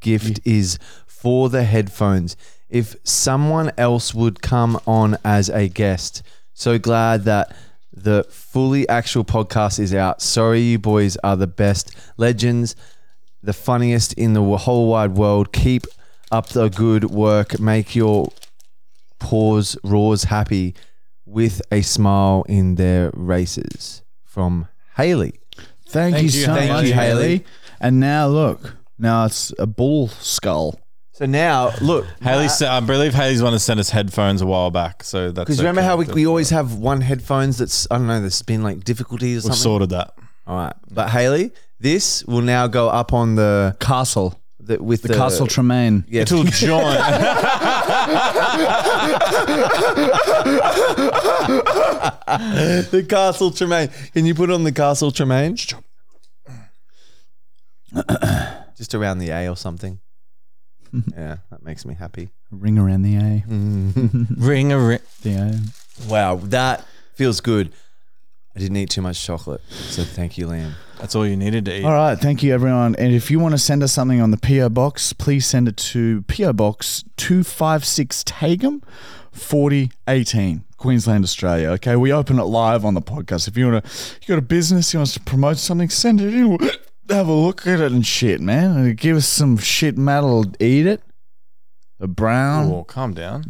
[SPEAKER 2] gift is for the headphones. If someone else would come on as a guest, so glad that the fully actual podcast is out. Sorry, you boys are the best legends, the funniest in the whole wide world. Keep up the good work. Make your paws roars happy with a smile in their races from Haley.
[SPEAKER 1] Thank, you
[SPEAKER 3] Thank you,
[SPEAKER 1] so
[SPEAKER 3] thank
[SPEAKER 1] much,
[SPEAKER 3] you,
[SPEAKER 1] Haley.
[SPEAKER 3] Haley.
[SPEAKER 1] And now look, now it's a bull skull.
[SPEAKER 2] So now, look,
[SPEAKER 3] Haley, sent I believe Haley's one that sent us headphones a while back. So that's
[SPEAKER 2] because remember
[SPEAKER 3] okay.
[SPEAKER 2] how we, we always have one headphones that's I don't know that's been like difficulties or
[SPEAKER 3] We've
[SPEAKER 2] something.
[SPEAKER 3] sorted that.
[SPEAKER 2] All right, but Haley, this will now go up on the
[SPEAKER 1] Castle.
[SPEAKER 2] the with
[SPEAKER 1] The, Castle Tremaine.
[SPEAKER 2] Yeah,
[SPEAKER 3] It'll join.
[SPEAKER 2] the Castle Tremaine. Can you put on the Castle Tremaine? Just around the A or something. yeah, that makes me happy.
[SPEAKER 1] Ring around the A.
[SPEAKER 2] Hmm.
[SPEAKER 3] ring a ring.
[SPEAKER 1] The A.
[SPEAKER 2] Wow, that feels good. I didn't eat too much chocolate, so thank you, Liam.
[SPEAKER 3] That's all you needed to eat.
[SPEAKER 1] All right, thank you everyone. And if you want to send us something on the PO box, please send it to PO Box 256 Tagum 4018, Queensland, Australia. Okay, we open it live on the podcast. If you want to you got a business, you want us to promote something, send it in. We'll Have a look at it and shit, man. And give us some shit Matt'll eat it. A brown
[SPEAKER 3] Oh, calm down.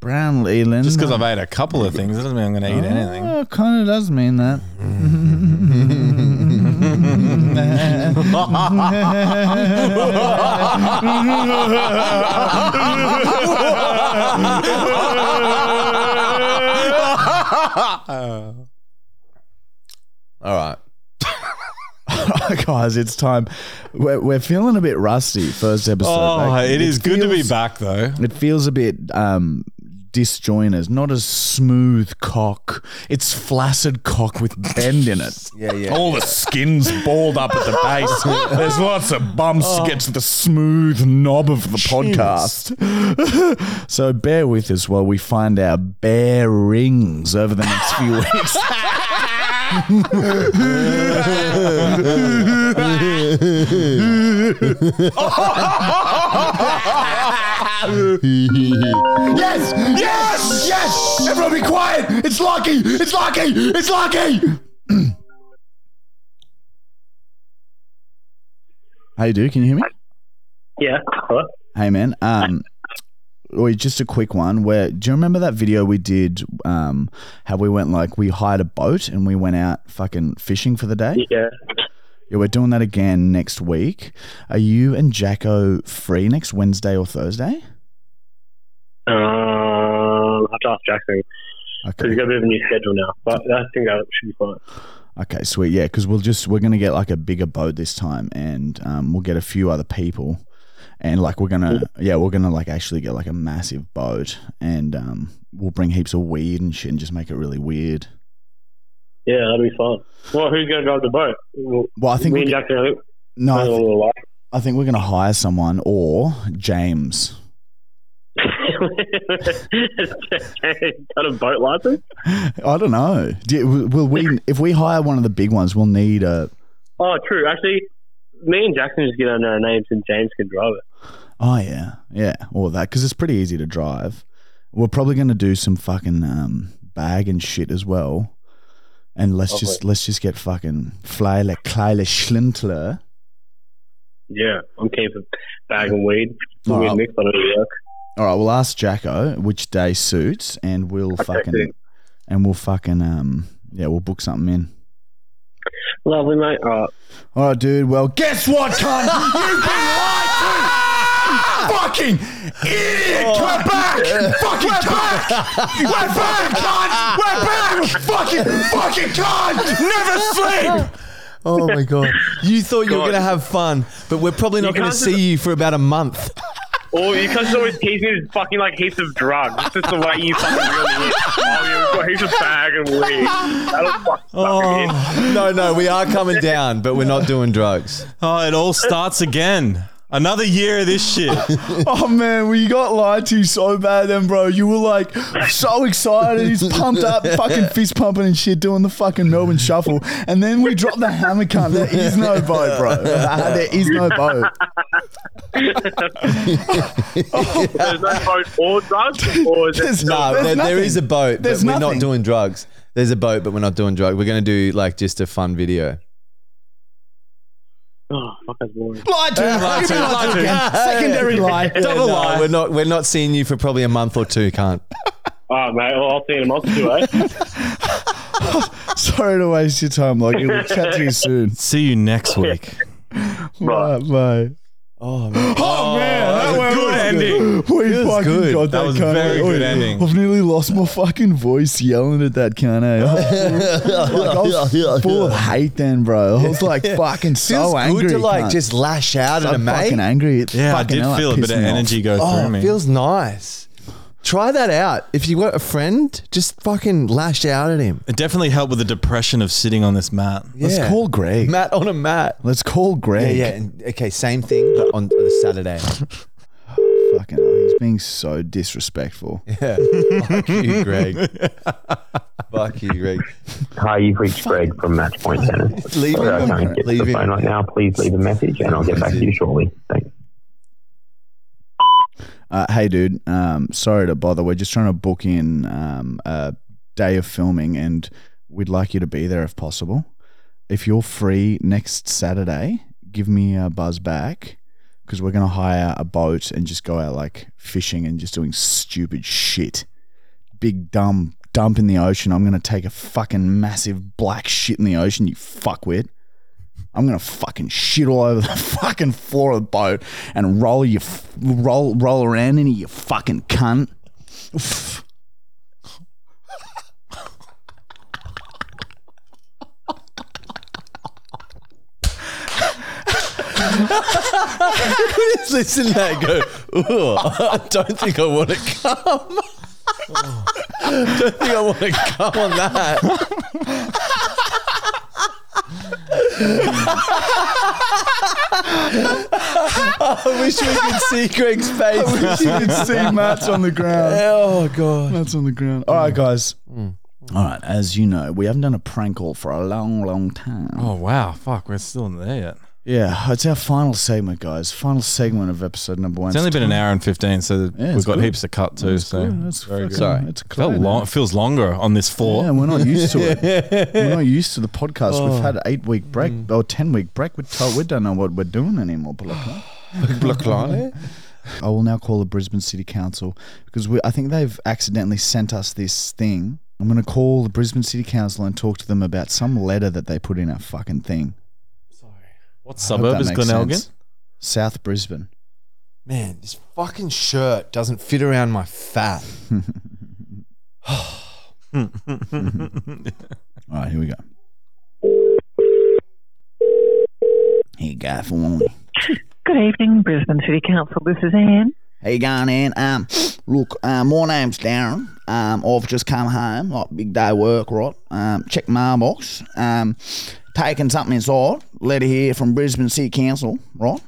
[SPEAKER 1] brown Leland.
[SPEAKER 3] Just because I've ate a couple of things doesn't mean I'm going to eat
[SPEAKER 2] Ah.
[SPEAKER 3] anything.
[SPEAKER 1] Oh, kind of does mean that.
[SPEAKER 2] Oh, All right.
[SPEAKER 1] Guys, it's time. We're, we're feeling a bit rusty. First episode.
[SPEAKER 3] Oh,
[SPEAKER 1] back.
[SPEAKER 3] it is good to be
[SPEAKER 1] feels-
[SPEAKER 3] back though.
[SPEAKER 1] It feels a bit um, disjointed. Not as smooth cock. It's flaccid cock with bend in it.
[SPEAKER 2] Yeah, yeah.
[SPEAKER 1] All the skin's balled up at the base. There's lots of bumps to get to the smooth knob of the podcast. so bear with us while we find our bearings over the next few weeks. yes! Yes! Yes! Everyone be quiet! It's Lockie! It's Lockie! It's Lockie! Hey, dude, can you hear me?
[SPEAKER 7] Yeah. Hello?
[SPEAKER 1] Hey, man. Um, wait, just a quick one. Where do you remember that video we did? Um, how we went like we hired a boat and we went out fucking fishing for the day.
[SPEAKER 7] Yeah.
[SPEAKER 1] Yeah, we're doing that again next week. Are you and Jacko free next Wednesday or Thursday?
[SPEAKER 7] Um, I have uh, to ask Jackson because he's
[SPEAKER 1] Okay.
[SPEAKER 7] got a bit of a new schedule now, but I think that should be fine.
[SPEAKER 1] Okay, sweet. Yeah, because we'll just we're gonna get like a bigger boat this time, and um, we'll get a few other people, and like we're gonna yeah we're gonna like actually get like a massive boat, and um, we'll bring heaps of weed and shit, and just make it really weird.
[SPEAKER 7] Yeah, that'll be fun. Well, who's going to drive the boat? Well,
[SPEAKER 1] Well, I think
[SPEAKER 7] me
[SPEAKER 1] we
[SPEAKER 7] and
[SPEAKER 1] could-
[SPEAKER 7] Jackson. I think
[SPEAKER 1] no, I,
[SPEAKER 7] we're a
[SPEAKER 1] thi-
[SPEAKER 7] little light.
[SPEAKER 1] I think we're going to hire someone or James.
[SPEAKER 7] Got a boat license?
[SPEAKER 1] I don't know. Do, will we? If we hire one of the big ones, we'll need a.
[SPEAKER 7] Oh, true. Actually, me and Jackson just get under our names and James can drive it.
[SPEAKER 1] Oh yeah, yeah, all that because it's pretty easy to drive. We're probably going to do some fucking um, bag and shit as well, and let's just let's just get fucking Fleile Kleile Schlintler.
[SPEAKER 7] Yeah, I'm keen for bag and weed.
[SPEAKER 1] Oh,
[SPEAKER 7] weed
[SPEAKER 1] I'll-
[SPEAKER 7] mix, I don't really work.
[SPEAKER 1] All right, we'll ask Jacko which day suits, and we'll fucking
[SPEAKER 7] dude.
[SPEAKER 1] and we'll fucking um yeah, we'll book something in.
[SPEAKER 7] Lovely, mate. All right.
[SPEAKER 1] All right, dude. Well, guess what, cunt? You've been lied to. Fucking idiot! We're back! Fucking cunt! We're back, cunt! We're back! Fucking fucking cunt! Never sleep.
[SPEAKER 2] Oh my god! You thought you were
[SPEAKER 7] God.
[SPEAKER 2] going to have fun, but we're probably not
[SPEAKER 7] You
[SPEAKER 2] going to
[SPEAKER 7] can't
[SPEAKER 2] see
[SPEAKER 7] do-
[SPEAKER 2] you for about a month.
[SPEAKER 7] Oh, you guys always tease me with fucking like heaps of drugs. This is the way you fucking really is. Oh, you've got heaps of bag and weed. That'll fuck, fucking
[SPEAKER 1] Oh.
[SPEAKER 7] in.
[SPEAKER 2] no, no, we are coming down, but we're not doing drugs.
[SPEAKER 3] Oh, it all starts again. Another year of this shit.
[SPEAKER 1] Oh man, we got lied to so bad then, bro. You were like so excited, he's pumped up, fucking fist pumping and shit, doing the fucking Melbourne shuffle, and then we dropped the hammer, cunt. There is no boat, bro. There is no boat.
[SPEAKER 7] There's no boat or drugs, or is it?
[SPEAKER 1] There's-
[SPEAKER 2] No,
[SPEAKER 1] there's
[SPEAKER 2] there, there
[SPEAKER 1] nothing.
[SPEAKER 2] is a boat,
[SPEAKER 1] There's
[SPEAKER 2] but we're
[SPEAKER 1] nothing.
[SPEAKER 2] not doing drugs. There's a boat, but we're not doing drugs. We're going to do like just a fun video.
[SPEAKER 7] Oh, fuck, that's boring.
[SPEAKER 1] Lie to him, lie to him, lie to him. Secondary lie,
[SPEAKER 2] Double lie. We're not. We're not seeing you for probably a month or two. Can't.
[SPEAKER 7] All right, Ah, mate. Well, I'll see you in a month or two, eh?
[SPEAKER 1] Sorry to waste your time, Lockie. We'll chat to you soon.
[SPEAKER 3] See you next week.
[SPEAKER 1] Bye, bye.
[SPEAKER 2] Oh man.
[SPEAKER 1] Oh, man, that
[SPEAKER 3] Good
[SPEAKER 1] went
[SPEAKER 3] ending.
[SPEAKER 1] We fucking
[SPEAKER 2] good.
[SPEAKER 1] got that.
[SPEAKER 3] That was
[SPEAKER 1] cunt.
[SPEAKER 3] very
[SPEAKER 1] Oi,
[SPEAKER 3] good ending.
[SPEAKER 1] I've nearly lost my fucking voice yelling at that cunt. Eh? like, I was full of hate then, bro. I was like fucking so
[SPEAKER 2] Feels
[SPEAKER 1] angry.
[SPEAKER 2] good to like
[SPEAKER 1] cunt.
[SPEAKER 2] just lash out
[SPEAKER 1] so
[SPEAKER 2] at a mate.
[SPEAKER 1] fucking angry. It's
[SPEAKER 3] Yeah, I
[SPEAKER 1] fucking
[SPEAKER 3] did
[SPEAKER 1] hell,
[SPEAKER 3] feel a
[SPEAKER 1] like,
[SPEAKER 3] bit of
[SPEAKER 1] pissed me off.
[SPEAKER 3] energy go
[SPEAKER 2] Oh,
[SPEAKER 3] through me.
[SPEAKER 2] it feels nice. Try that out. If you got a friend, just fucking lash out at him.
[SPEAKER 3] it definitely helped with the depression of sitting on this mat.
[SPEAKER 1] Let's
[SPEAKER 2] Yeah.
[SPEAKER 1] call Greg.
[SPEAKER 2] Matt on a mat.
[SPEAKER 1] Let's call
[SPEAKER 2] Yeah,
[SPEAKER 1] Greg.
[SPEAKER 2] yeah. and- okay, same thing, but on the Saturday.
[SPEAKER 1] Fucking, hell, he's being so disrespectful.
[SPEAKER 2] Yeah. Fuck you, Greg. Fuck you, Greg.
[SPEAKER 5] Hi, you've reached Greg from Matchpoint Tennis.
[SPEAKER 2] Leave
[SPEAKER 5] Sorry, I
[SPEAKER 2] him.
[SPEAKER 5] can't get to
[SPEAKER 2] Leave
[SPEAKER 5] the phone
[SPEAKER 2] him.
[SPEAKER 5] right now. Please leave a message and I'll get back to you shortly. Thanks.
[SPEAKER 1] Uh, hey, dude. Um, sorry to bother. We're just trying to book in um, a day of filming, and we'd like you to be there if possible. If you're free next Saturday, give me a buzz back because we're gonna hire a boat and just go out like fishing and just doing stupid shit. Big dumb dump in the ocean. I'm gonna take a fucking massive black shit in the ocean. You fuckwit. I'm gonna fucking shit all over the fucking floor of the boat and roll you f- roll roll around in it, you fucking cunt. Oof.
[SPEAKER 2] Just listen to that and go, "Ooh, I don't think I want to come. don't think I want to come on that. I wish we could see Greg's face.
[SPEAKER 1] you can see Matt's on the ground.
[SPEAKER 2] oh, God.
[SPEAKER 1] Matt's on the ground. All right, guys. All right, as you know, we haven't done a prank call for a long, long time.
[SPEAKER 3] Oh wow, fuck, we're still in there yet.
[SPEAKER 1] Yeah, it's our final segment, guys. Final segment of episode number one.
[SPEAKER 3] It's only been an hour and fifteen, so
[SPEAKER 1] it's
[SPEAKER 3] we've got
[SPEAKER 1] good.
[SPEAKER 3] heaps to cut too. so
[SPEAKER 1] That's
[SPEAKER 3] very
[SPEAKER 1] fucking-
[SPEAKER 3] good.
[SPEAKER 2] Sorry.
[SPEAKER 1] It's clear
[SPEAKER 3] Felt
[SPEAKER 1] now.
[SPEAKER 3] long, it feels longer on this floor.
[SPEAKER 1] Yeah, we're not used to it. we're not used to the podcast. We've had an eight week break or ten week break. We're told we don't know what we're doing anymore. Blocker. I will now call the Brisbane City Council because we, I think they've accidentally sent us this thing. I'm going to call the Brisbane City Council and talk to them about some letter that they put in our fucking thing. I
[SPEAKER 3] What
[SPEAKER 1] hope
[SPEAKER 3] suburb
[SPEAKER 1] that
[SPEAKER 3] is
[SPEAKER 1] makes
[SPEAKER 3] Glenelg
[SPEAKER 1] sense. South Brisbane.
[SPEAKER 2] Man, this fucking shirt doesn't fit around my fat.
[SPEAKER 3] in?
[SPEAKER 1] All right, here we go. Hey, Guy Filoni.
[SPEAKER 8] Good evening, Brisbane City Council. This is Anne.
[SPEAKER 1] How you going, Ann? Um, look, uh, my name's Darren. Um, I've just come home, like big day work, right? Um, checked mailbox. Um, taken something inside. Letter here from Brisbane City Council, right?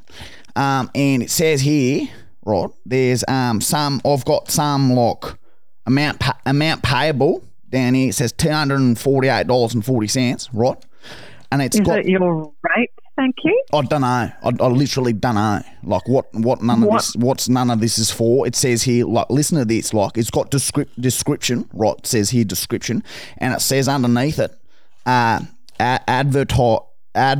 [SPEAKER 1] Um, and it says here, right? There's um some I've got some like amount pa- amount payable down here. It says two hundred and forty eight dollars and forty cents, right? And it's
[SPEAKER 8] Is
[SPEAKER 1] got
[SPEAKER 8] it your rate? Thank you.
[SPEAKER 1] I don't know. I, I literally don't know. Like what? What none of
[SPEAKER 8] What?
[SPEAKER 1] this? What's none of this is for? It says here. Like listen to this. Like it's got descrip- description. Right? It says here description, and it says underneath it, uh, a- adverti-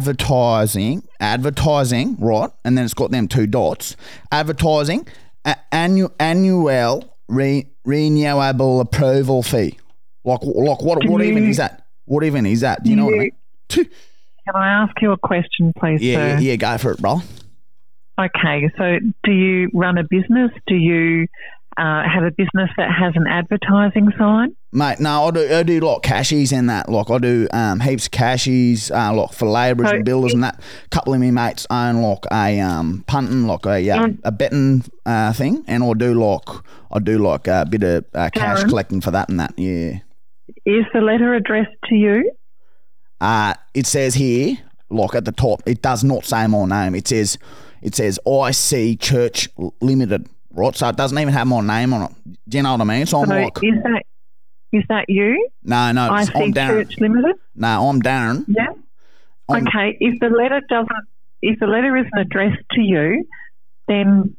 [SPEAKER 1] advertising, advertising. Right? And then it's got them two dots. Advertising, a- annual annual re- renewable approval fee. Like like what?
[SPEAKER 8] Do
[SPEAKER 1] What even
[SPEAKER 8] you-
[SPEAKER 1] is that? What even is that? Do you know what I mean?
[SPEAKER 8] Can I ask you a question, please,
[SPEAKER 1] Yeah,
[SPEAKER 8] sir?
[SPEAKER 1] yeah, yeah. Go for it, bro.
[SPEAKER 8] Okay, so do you run a business? Do you uh, have a business that has an advertising sign?
[SPEAKER 1] Mate, no, I do. I do like cashies and that. Like I do um, heaps of cashies, uh, like for labourers and
[SPEAKER 8] So-
[SPEAKER 1] builders and that. A couple of me mates own like a um, punting, like a uh,
[SPEAKER 8] Um,
[SPEAKER 1] a betting uh, thing, and I do like I do like a bit of uh, cash
[SPEAKER 8] Darren?
[SPEAKER 1] collecting for that and that. Yeah.
[SPEAKER 8] Is the letter addressed to you?
[SPEAKER 1] Uh, it says here, like at the top, it does not say my name. It says, it says IC Church Limited, right? So it doesn't even have my name on it. Do you know what I mean? So I'm
[SPEAKER 8] so
[SPEAKER 1] like,
[SPEAKER 8] is that is that you?
[SPEAKER 1] no, no,
[SPEAKER 8] I
[SPEAKER 1] it's- I'm
[SPEAKER 8] see
[SPEAKER 1] Darren.
[SPEAKER 8] Church Limited.
[SPEAKER 1] No, I'm Darren.
[SPEAKER 8] Yeah.
[SPEAKER 1] I'm-
[SPEAKER 8] okay. If the letter doesn't, if the letter isn't addressed to you, then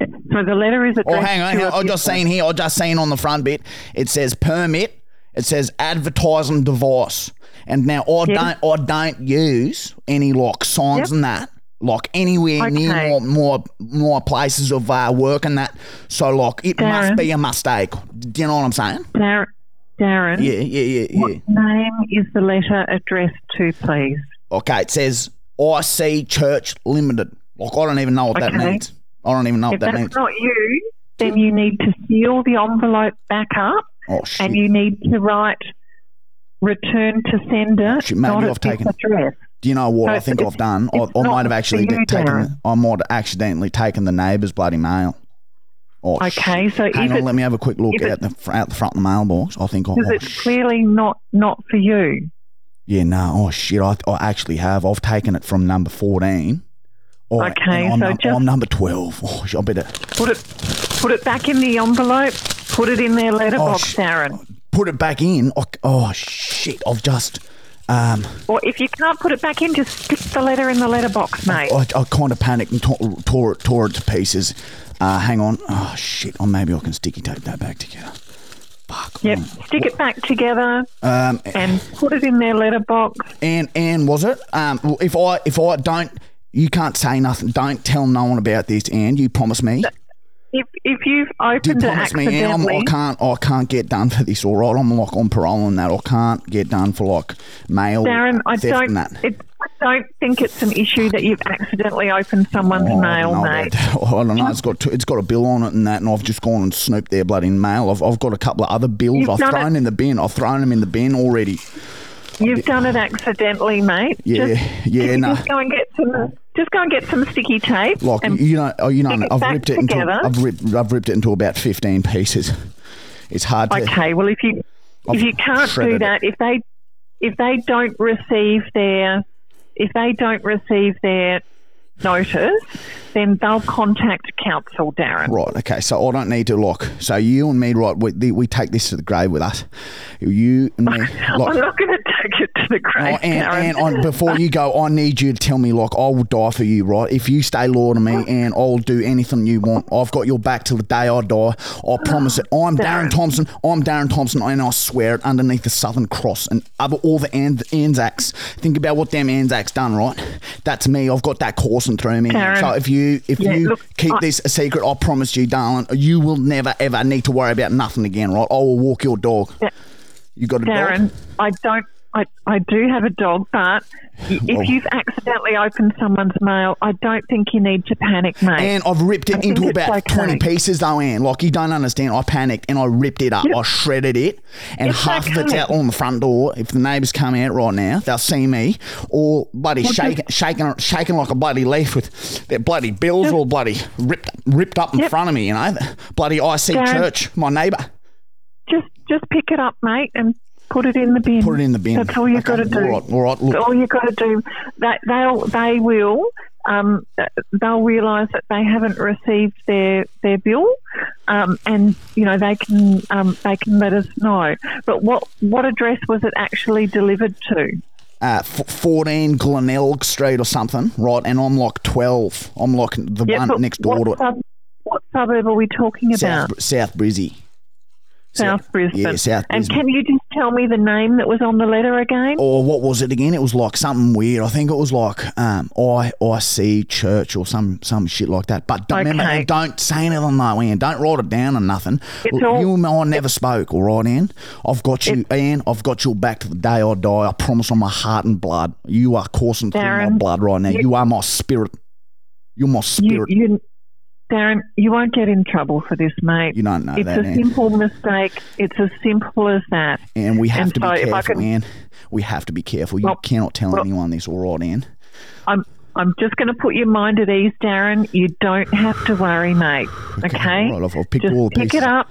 [SPEAKER 8] so the letter is
[SPEAKER 1] Oh,
[SPEAKER 8] addressed.
[SPEAKER 1] hang on.
[SPEAKER 8] to
[SPEAKER 1] hang
[SPEAKER 8] a
[SPEAKER 1] on. I just
[SPEAKER 8] business.
[SPEAKER 1] seen here. I just seen on the front bit. It says permit. It says advertising device. And now I
[SPEAKER 8] Yes.
[SPEAKER 1] don't. I don't use any like signs
[SPEAKER 8] Yep.
[SPEAKER 1] and that. Like anywhere near
[SPEAKER 8] Okay.
[SPEAKER 1] more more more places of uh, work and that. So like it must
[SPEAKER 8] Darren.
[SPEAKER 1] be a mistake. Do you know what I'm saying?
[SPEAKER 8] Dar- Darren.
[SPEAKER 1] Yeah, yeah, yeah, yeah.
[SPEAKER 8] Name is the letter addressed to, please.
[SPEAKER 1] Okay. It says IC Church Limited. Like I don't even know what that
[SPEAKER 8] Okay.
[SPEAKER 1] means. I don't even know
[SPEAKER 8] if
[SPEAKER 1] what that
[SPEAKER 8] that's
[SPEAKER 1] means.
[SPEAKER 8] not you, then you need to seal the envelope back up,
[SPEAKER 1] oh shit.
[SPEAKER 8] and you need to write return to sender,
[SPEAKER 1] Shit, mate,
[SPEAKER 8] not
[SPEAKER 1] you've
[SPEAKER 8] at this
[SPEAKER 1] taken-
[SPEAKER 8] address.
[SPEAKER 1] Do you know what
[SPEAKER 8] So
[SPEAKER 1] I think
[SPEAKER 8] it's-
[SPEAKER 1] I've done? I,
[SPEAKER 8] it's
[SPEAKER 1] I
[SPEAKER 8] not
[SPEAKER 1] might have actually
[SPEAKER 8] for you,
[SPEAKER 1] taken.
[SPEAKER 8] Darren.
[SPEAKER 1] I might have accidentally taken the neighbour's bloody mail. Oh,
[SPEAKER 8] Okay,
[SPEAKER 1] shit.
[SPEAKER 8] so if
[SPEAKER 1] hang on,
[SPEAKER 8] it-
[SPEAKER 1] let me have a quick look
[SPEAKER 8] if it-
[SPEAKER 1] at the fr- out the front of the mailbox. I think I.
[SPEAKER 8] Because
[SPEAKER 1] Oh,
[SPEAKER 8] it's
[SPEAKER 1] shit.
[SPEAKER 8] clearly not not for you.
[SPEAKER 1] Yeah, no. Oh shit! I, I actually have. I've taken it from number fourteen. Oh, and
[SPEAKER 8] Okay,
[SPEAKER 1] I'm,
[SPEAKER 8] so
[SPEAKER 1] num-
[SPEAKER 8] just-
[SPEAKER 1] I'm number twelve. Oh, shit, I better
[SPEAKER 8] Put it put it back in the envelope. Put it in their letterbox,
[SPEAKER 1] Oh, sh-
[SPEAKER 8] Darren.
[SPEAKER 1] put it back in. Oh, oh shit! I've just. Um,
[SPEAKER 8] Or if you can't put it back in, just stick the letter in the letterbox, mate.
[SPEAKER 1] I, I kind of panicked and tore, tore it tore it to pieces. Uh, hang on. Oh shit! Oh, maybe I can sticky tape that back together. Fuck.
[SPEAKER 8] Yep. Stick it back together
[SPEAKER 1] Um,
[SPEAKER 8] and put it in their letterbox.
[SPEAKER 1] And and was it? Um, well, if I if I don't, you can't say nothing. Don't tell no one about this. And you promise me.
[SPEAKER 8] If if you've
[SPEAKER 1] Do you
[SPEAKER 8] opened it
[SPEAKER 1] promise me? And I'm,
[SPEAKER 8] accidentally,
[SPEAKER 1] I can't. I can't get done for this. All right. I'm like on parole and that. I can't get done for like mail
[SPEAKER 8] Darren, I
[SPEAKER 1] theft
[SPEAKER 8] don't.
[SPEAKER 1] and that.
[SPEAKER 8] It, I don't think it's an issue that you've accidentally opened someone's
[SPEAKER 1] Oh, I don't
[SPEAKER 8] mail,
[SPEAKER 1] know about
[SPEAKER 8] mate.
[SPEAKER 1] that. I don't know. It's got two, it's got a bill on it and that, and I've just gone and snooped their bloody mail. I've, I've got a couple of other bills.
[SPEAKER 8] You've
[SPEAKER 1] I've
[SPEAKER 8] done
[SPEAKER 1] thrown
[SPEAKER 8] it-
[SPEAKER 1] in the bin. I've thrown them in the bin already.
[SPEAKER 8] You've done it accidentally, mate.
[SPEAKER 1] Yeah,
[SPEAKER 8] Just,
[SPEAKER 1] yeah,
[SPEAKER 8] just
[SPEAKER 1] no.
[SPEAKER 8] go and get some. Just go and get some sticky tape.
[SPEAKER 1] Like
[SPEAKER 8] and
[SPEAKER 1] you know, oh, you know,
[SPEAKER 8] stick it
[SPEAKER 1] I've
[SPEAKER 8] back
[SPEAKER 1] ripped it into
[SPEAKER 8] together.
[SPEAKER 1] I've ripped I've ripped it into about fifteen pieces. It's hard to.
[SPEAKER 8] Okay. Well, if you
[SPEAKER 1] I've
[SPEAKER 8] if you can't do
[SPEAKER 1] shredded
[SPEAKER 8] that, if they if they don't receive their if they don't receive their notice, then they'll contact council, Darren.
[SPEAKER 1] Right. Okay. So I don't need to lock. So you and me, right? We, the- we take this to the grave with us. You and me.
[SPEAKER 8] I'm
[SPEAKER 1] Like,
[SPEAKER 8] not going to take it to the
[SPEAKER 1] oh,
[SPEAKER 8] grave, Darren.
[SPEAKER 1] and and I, before you go, I need you to tell me, like, I will die for you, right? If you stay loyal to me, and I'll do anything you want. I've got your back till the day I die. I promise it. I'm Darren Thompson. I'm Darren Thompson, and I swear it underneath the Southern Cross and other all the An- Anzacs. Think about what them Anzacs done, right? That's me. I've got that coursing through me.
[SPEAKER 8] Darren.
[SPEAKER 1] so if you if
[SPEAKER 8] Yeah,
[SPEAKER 1] you
[SPEAKER 8] look,
[SPEAKER 1] keep
[SPEAKER 8] I-
[SPEAKER 1] this a secret, I promise you, darling, you will never ever need to worry about nothing again, right? I will walk your dog.
[SPEAKER 8] Da-
[SPEAKER 1] You got a dog?
[SPEAKER 8] Darren, I don't. I, I do have a dog, but y-
[SPEAKER 1] Well-
[SPEAKER 8] if you've accidentally opened someone's mail, I don't think you need to panic, mate.
[SPEAKER 1] And I've ripped it
[SPEAKER 8] I think
[SPEAKER 1] into
[SPEAKER 8] it's
[SPEAKER 1] about
[SPEAKER 8] okay.
[SPEAKER 1] 20 pieces, though, Anne. Like, you don't understand. I panicked and I ripped it up. I shredded it, and
[SPEAKER 8] It's
[SPEAKER 1] half of it's
[SPEAKER 8] okay.
[SPEAKER 1] out on the front door. If the neighbours come out right now, they'll see me all bloody shaking, shaking, shaking like a bloody leaf with their bloody bills all bloody ripped, ripped up in
[SPEAKER 8] Yep.
[SPEAKER 1] front of me, you know. Bloody IC
[SPEAKER 8] Darren.
[SPEAKER 1] Church, my neighbour.
[SPEAKER 8] just just pick it up, mate, and put it in the bin.
[SPEAKER 1] Put it in the bin.
[SPEAKER 8] That's all you've
[SPEAKER 1] Okay,
[SPEAKER 8] got to do.
[SPEAKER 1] all right, all right, look.
[SPEAKER 8] All you've got to do. They they'll, they will um, they'll realise that they haven't received their their bill, um, and you know they can um, they can let us know. But what what address was it actually delivered to?
[SPEAKER 1] uh, f- 14 Glenelg Street or something, right? And I'm like 12. I'm like the
[SPEAKER 8] Yeah, but
[SPEAKER 1] one next door
[SPEAKER 8] what
[SPEAKER 1] to it.
[SPEAKER 8] sub- what suburb are we talking
[SPEAKER 1] South,
[SPEAKER 8] about?
[SPEAKER 1] Br- South Brizzy.
[SPEAKER 8] South, Brisbane.
[SPEAKER 1] yeah, South
[SPEAKER 8] and
[SPEAKER 1] Brisbane. Oh,
[SPEAKER 8] can you just tell me the name that was on the letter again?
[SPEAKER 1] Or what was it again? It was like something weird. I think it was like um, I I C Church or some some shit like that. But don't, remember,
[SPEAKER 8] Okay.
[SPEAKER 1] Ann, don't say anything though, Ann. Don't write it down or nothing.
[SPEAKER 8] It's
[SPEAKER 1] Look,
[SPEAKER 8] all-
[SPEAKER 1] you and I never spoke, all right, Ann? I've got you, Ann. I've got your back to the day I die. I promise on my heart and blood. You are coursing through my
[SPEAKER 8] Darren,
[SPEAKER 1] blood right now.
[SPEAKER 8] you-
[SPEAKER 1] You are my spirit. You're my
[SPEAKER 8] You,
[SPEAKER 1] spirit.
[SPEAKER 8] you, Darren, you won't get in trouble for this, mate.
[SPEAKER 1] You don't know
[SPEAKER 8] it's
[SPEAKER 1] that,
[SPEAKER 8] a
[SPEAKER 1] Ann.
[SPEAKER 8] simple mistake. It's as simple as that.
[SPEAKER 1] And we have
[SPEAKER 8] And
[SPEAKER 1] to
[SPEAKER 8] so
[SPEAKER 1] be
[SPEAKER 8] if I
[SPEAKER 1] careful,
[SPEAKER 8] can-
[SPEAKER 1] Anne. We have to be careful. You
[SPEAKER 8] Well,
[SPEAKER 1] cannot tell
[SPEAKER 8] well-
[SPEAKER 1] anyone this, all right, Anne?
[SPEAKER 8] I'm I'm just going to put your mind at ease, Darren. You don't have to worry, mate. Okay.
[SPEAKER 1] Right, I've, I've picked
[SPEAKER 8] just
[SPEAKER 1] all the
[SPEAKER 8] pick
[SPEAKER 1] pieces.
[SPEAKER 8] it up.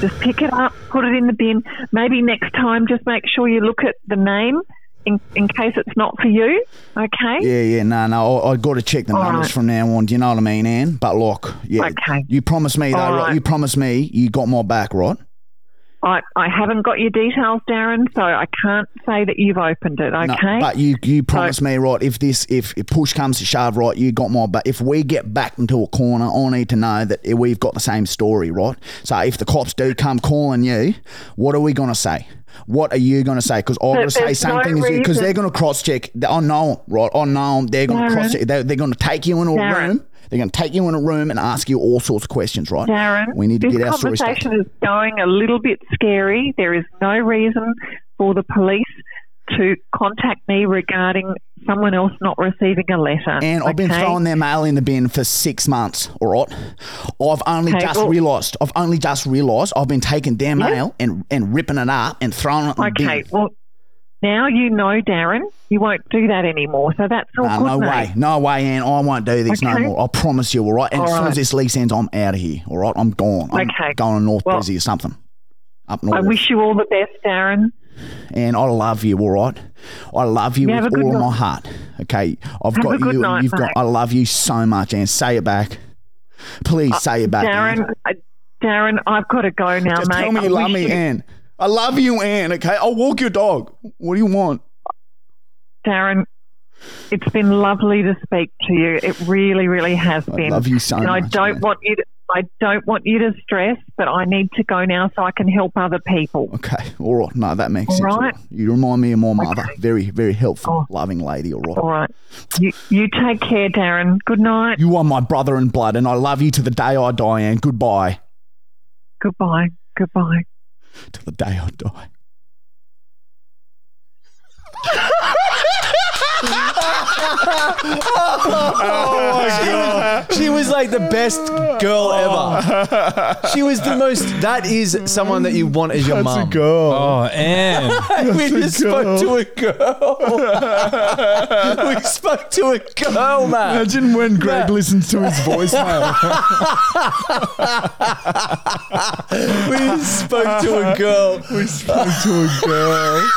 [SPEAKER 8] Just pick it up, put it in the bin. Maybe next time, just make sure you look at the name in, in case it's not for you. Okay?
[SPEAKER 1] Yeah, yeah, no, no. I, I got to check the
[SPEAKER 8] All
[SPEAKER 1] numbers
[SPEAKER 8] right.
[SPEAKER 1] from now on. Do you know what I mean, Anne? But look, yeah,
[SPEAKER 8] Okay.
[SPEAKER 1] you promised me though.
[SPEAKER 8] All
[SPEAKER 1] Right.
[SPEAKER 8] right.
[SPEAKER 1] You promised me you got my back, right?
[SPEAKER 8] I, I haven't got your details, Darren, so I can't say that you've opened it.
[SPEAKER 1] No,
[SPEAKER 8] Okay?
[SPEAKER 1] but you you promised me, right? If this if if push comes to shove, right? You got my back. If we get backed into a corner, I need to know that we've got the same story, right? So if the cops do come calling you, what are we gonna say? What are you gonna say? Because I'm
[SPEAKER 8] But
[SPEAKER 1] gonna say
[SPEAKER 8] there's no
[SPEAKER 1] something as you because
[SPEAKER 8] reason-
[SPEAKER 1] they're gonna cross check. I know 'em, right? I know 'em. They're gonna
[SPEAKER 8] Darren.
[SPEAKER 1] cross check. They're, they're gonna take you in a
[SPEAKER 8] Darren.
[SPEAKER 1] room. They're gonna take you in a room and ask you all sorts of questions, right?
[SPEAKER 8] Darren,
[SPEAKER 1] we need to
[SPEAKER 8] this
[SPEAKER 1] get our story straight.
[SPEAKER 8] conversation is going a little bit scary. There is no reason for the police to contact me regarding someone else not receiving a letter.
[SPEAKER 1] And I've been
[SPEAKER 8] okay?
[SPEAKER 1] throwing their mail in the bin for six months, all right? I've only
[SPEAKER 8] Okay,
[SPEAKER 1] just
[SPEAKER 8] well-
[SPEAKER 1] realised, I've only just realised I've been taking their mail and, and ripping it up and throwing it in the
[SPEAKER 8] Okay,
[SPEAKER 1] bin.
[SPEAKER 8] well, now you know, Darren, you won't do that anymore. So that's all
[SPEAKER 1] Nah,
[SPEAKER 8] good,
[SPEAKER 1] Uh, no
[SPEAKER 8] mate.
[SPEAKER 1] way, no way, Ann. I won't do this no
[SPEAKER 8] Oh, Okay.
[SPEAKER 1] more. I promise you, all right? And
[SPEAKER 8] All
[SPEAKER 1] as soon
[SPEAKER 8] right.
[SPEAKER 1] as this lease ends, I'm out of here, all right? I'm gone. I'm
[SPEAKER 8] Okay.
[SPEAKER 1] going to North
[SPEAKER 8] Well-
[SPEAKER 1] Brizzy or something. Up north.
[SPEAKER 8] I wish you all the best, Darren.
[SPEAKER 1] and I love you, all right? I love you
[SPEAKER 8] You have
[SPEAKER 1] with
[SPEAKER 8] a good
[SPEAKER 1] all
[SPEAKER 8] night.
[SPEAKER 1] my heart. Okay. I've
[SPEAKER 8] Have a
[SPEAKER 1] got
[SPEAKER 8] good
[SPEAKER 1] you
[SPEAKER 8] night,
[SPEAKER 1] and you've got
[SPEAKER 8] mate.
[SPEAKER 1] I love you so much, Ann. Say it back. Please say it back. Ann.
[SPEAKER 8] Darren, uh, Darren, I've got to go now,
[SPEAKER 1] Just
[SPEAKER 8] mate.
[SPEAKER 1] tell me
[SPEAKER 8] I
[SPEAKER 1] you love
[SPEAKER 8] wish
[SPEAKER 1] me,
[SPEAKER 8] you-
[SPEAKER 1] Anne. I love you, Anne. Okay, I'll walk your dog. What do you want?
[SPEAKER 8] Darren, it's been lovely to speak to you. It really, really has
[SPEAKER 1] I
[SPEAKER 8] been.
[SPEAKER 1] love you so
[SPEAKER 8] and I
[SPEAKER 1] much,
[SPEAKER 8] don't
[SPEAKER 1] Anne.
[SPEAKER 8] want you to. I don't want you to stress, but I need to go now so I can help other people.
[SPEAKER 1] Okay, all right. No, that makes
[SPEAKER 8] All
[SPEAKER 1] sense.
[SPEAKER 8] right.
[SPEAKER 1] You remind me of my mother. Very, very helpful,
[SPEAKER 8] Oh.
[SPEAKER 1] loving lady. All right.
[SPEAKER 8] All right. You you take care, Darren. Good night.
[SPEAKER 1] You are my brother in blood, and I love you to the day I die, Anne. Goodbye.
[SPEAKER 8] Goodbye. Goodbye.
[SPEAKER 1] To the day I die.
[SPEAKER 2] Oh, She was like the best girl ever. She was the most. That is someone that you want as your mum.
[SPEAKER 9] girl.
[SPEAKER 3] Oh, and
[SPEAKER 2] we just spoke to a girl. we spoke to a girl, man.
[SPEAKER 9] Imagine when Greg listens to his voicemail.
[SPEAKER 2] We just spoke to a girl.
[SPEAKER 9] we spoke to a girl.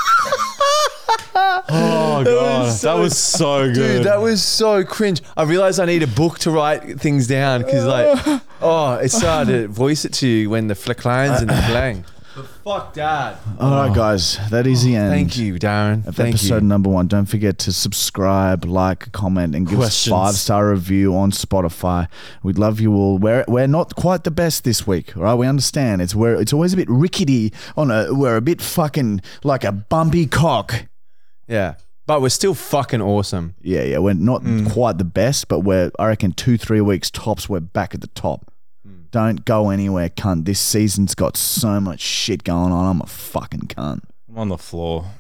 [SPEAKER 3] oh god, that was so good.
[SPEAKER 2] Dude, that was so cringe. I realized I need a book to write things down because, like, oh, it's hard to voice it to you when the flicklines and the
[SPEAKER 9] Uh,
[SPEAKER 2] flang. But fuck, Dad.
[SPEAKER 9] All right, guys, that is the end.
[SPEAKER 2] Thank you, Darren.
[SPEAKER 9] of
[SPEAKER 2] Thank
[SPEAKER 9] episode
[SPEAKER 2] you.
[SPEAKER 9] number one. Don't forget to subscribe, like, comment, and give
[SPEAKER 3] Questions.
[SPEAKER 9] us five star review on Spotify. We'd love you all. We're we're not quite the best this week, all right? We understand it's where it's always a bit rickety. On a we're a bit fucking like a bumpy cock.
[SPEAKER 2] Yeah, but we're still fucking awesome.
[SPEAKER 9] Yeah, yeah. We're not
[SPEAKER 2] Mm.
[SPEAKER 9] quite the best, but we're I reckon two three weeks tops. We're back at the top.
[SPEAKER 2] Mm.
[SPEAKER 9] Don't go anywhere, cunt. This season's got so much shit going on. I'm a fucking cunt.
[SPEAKER 3] I'm on the floor.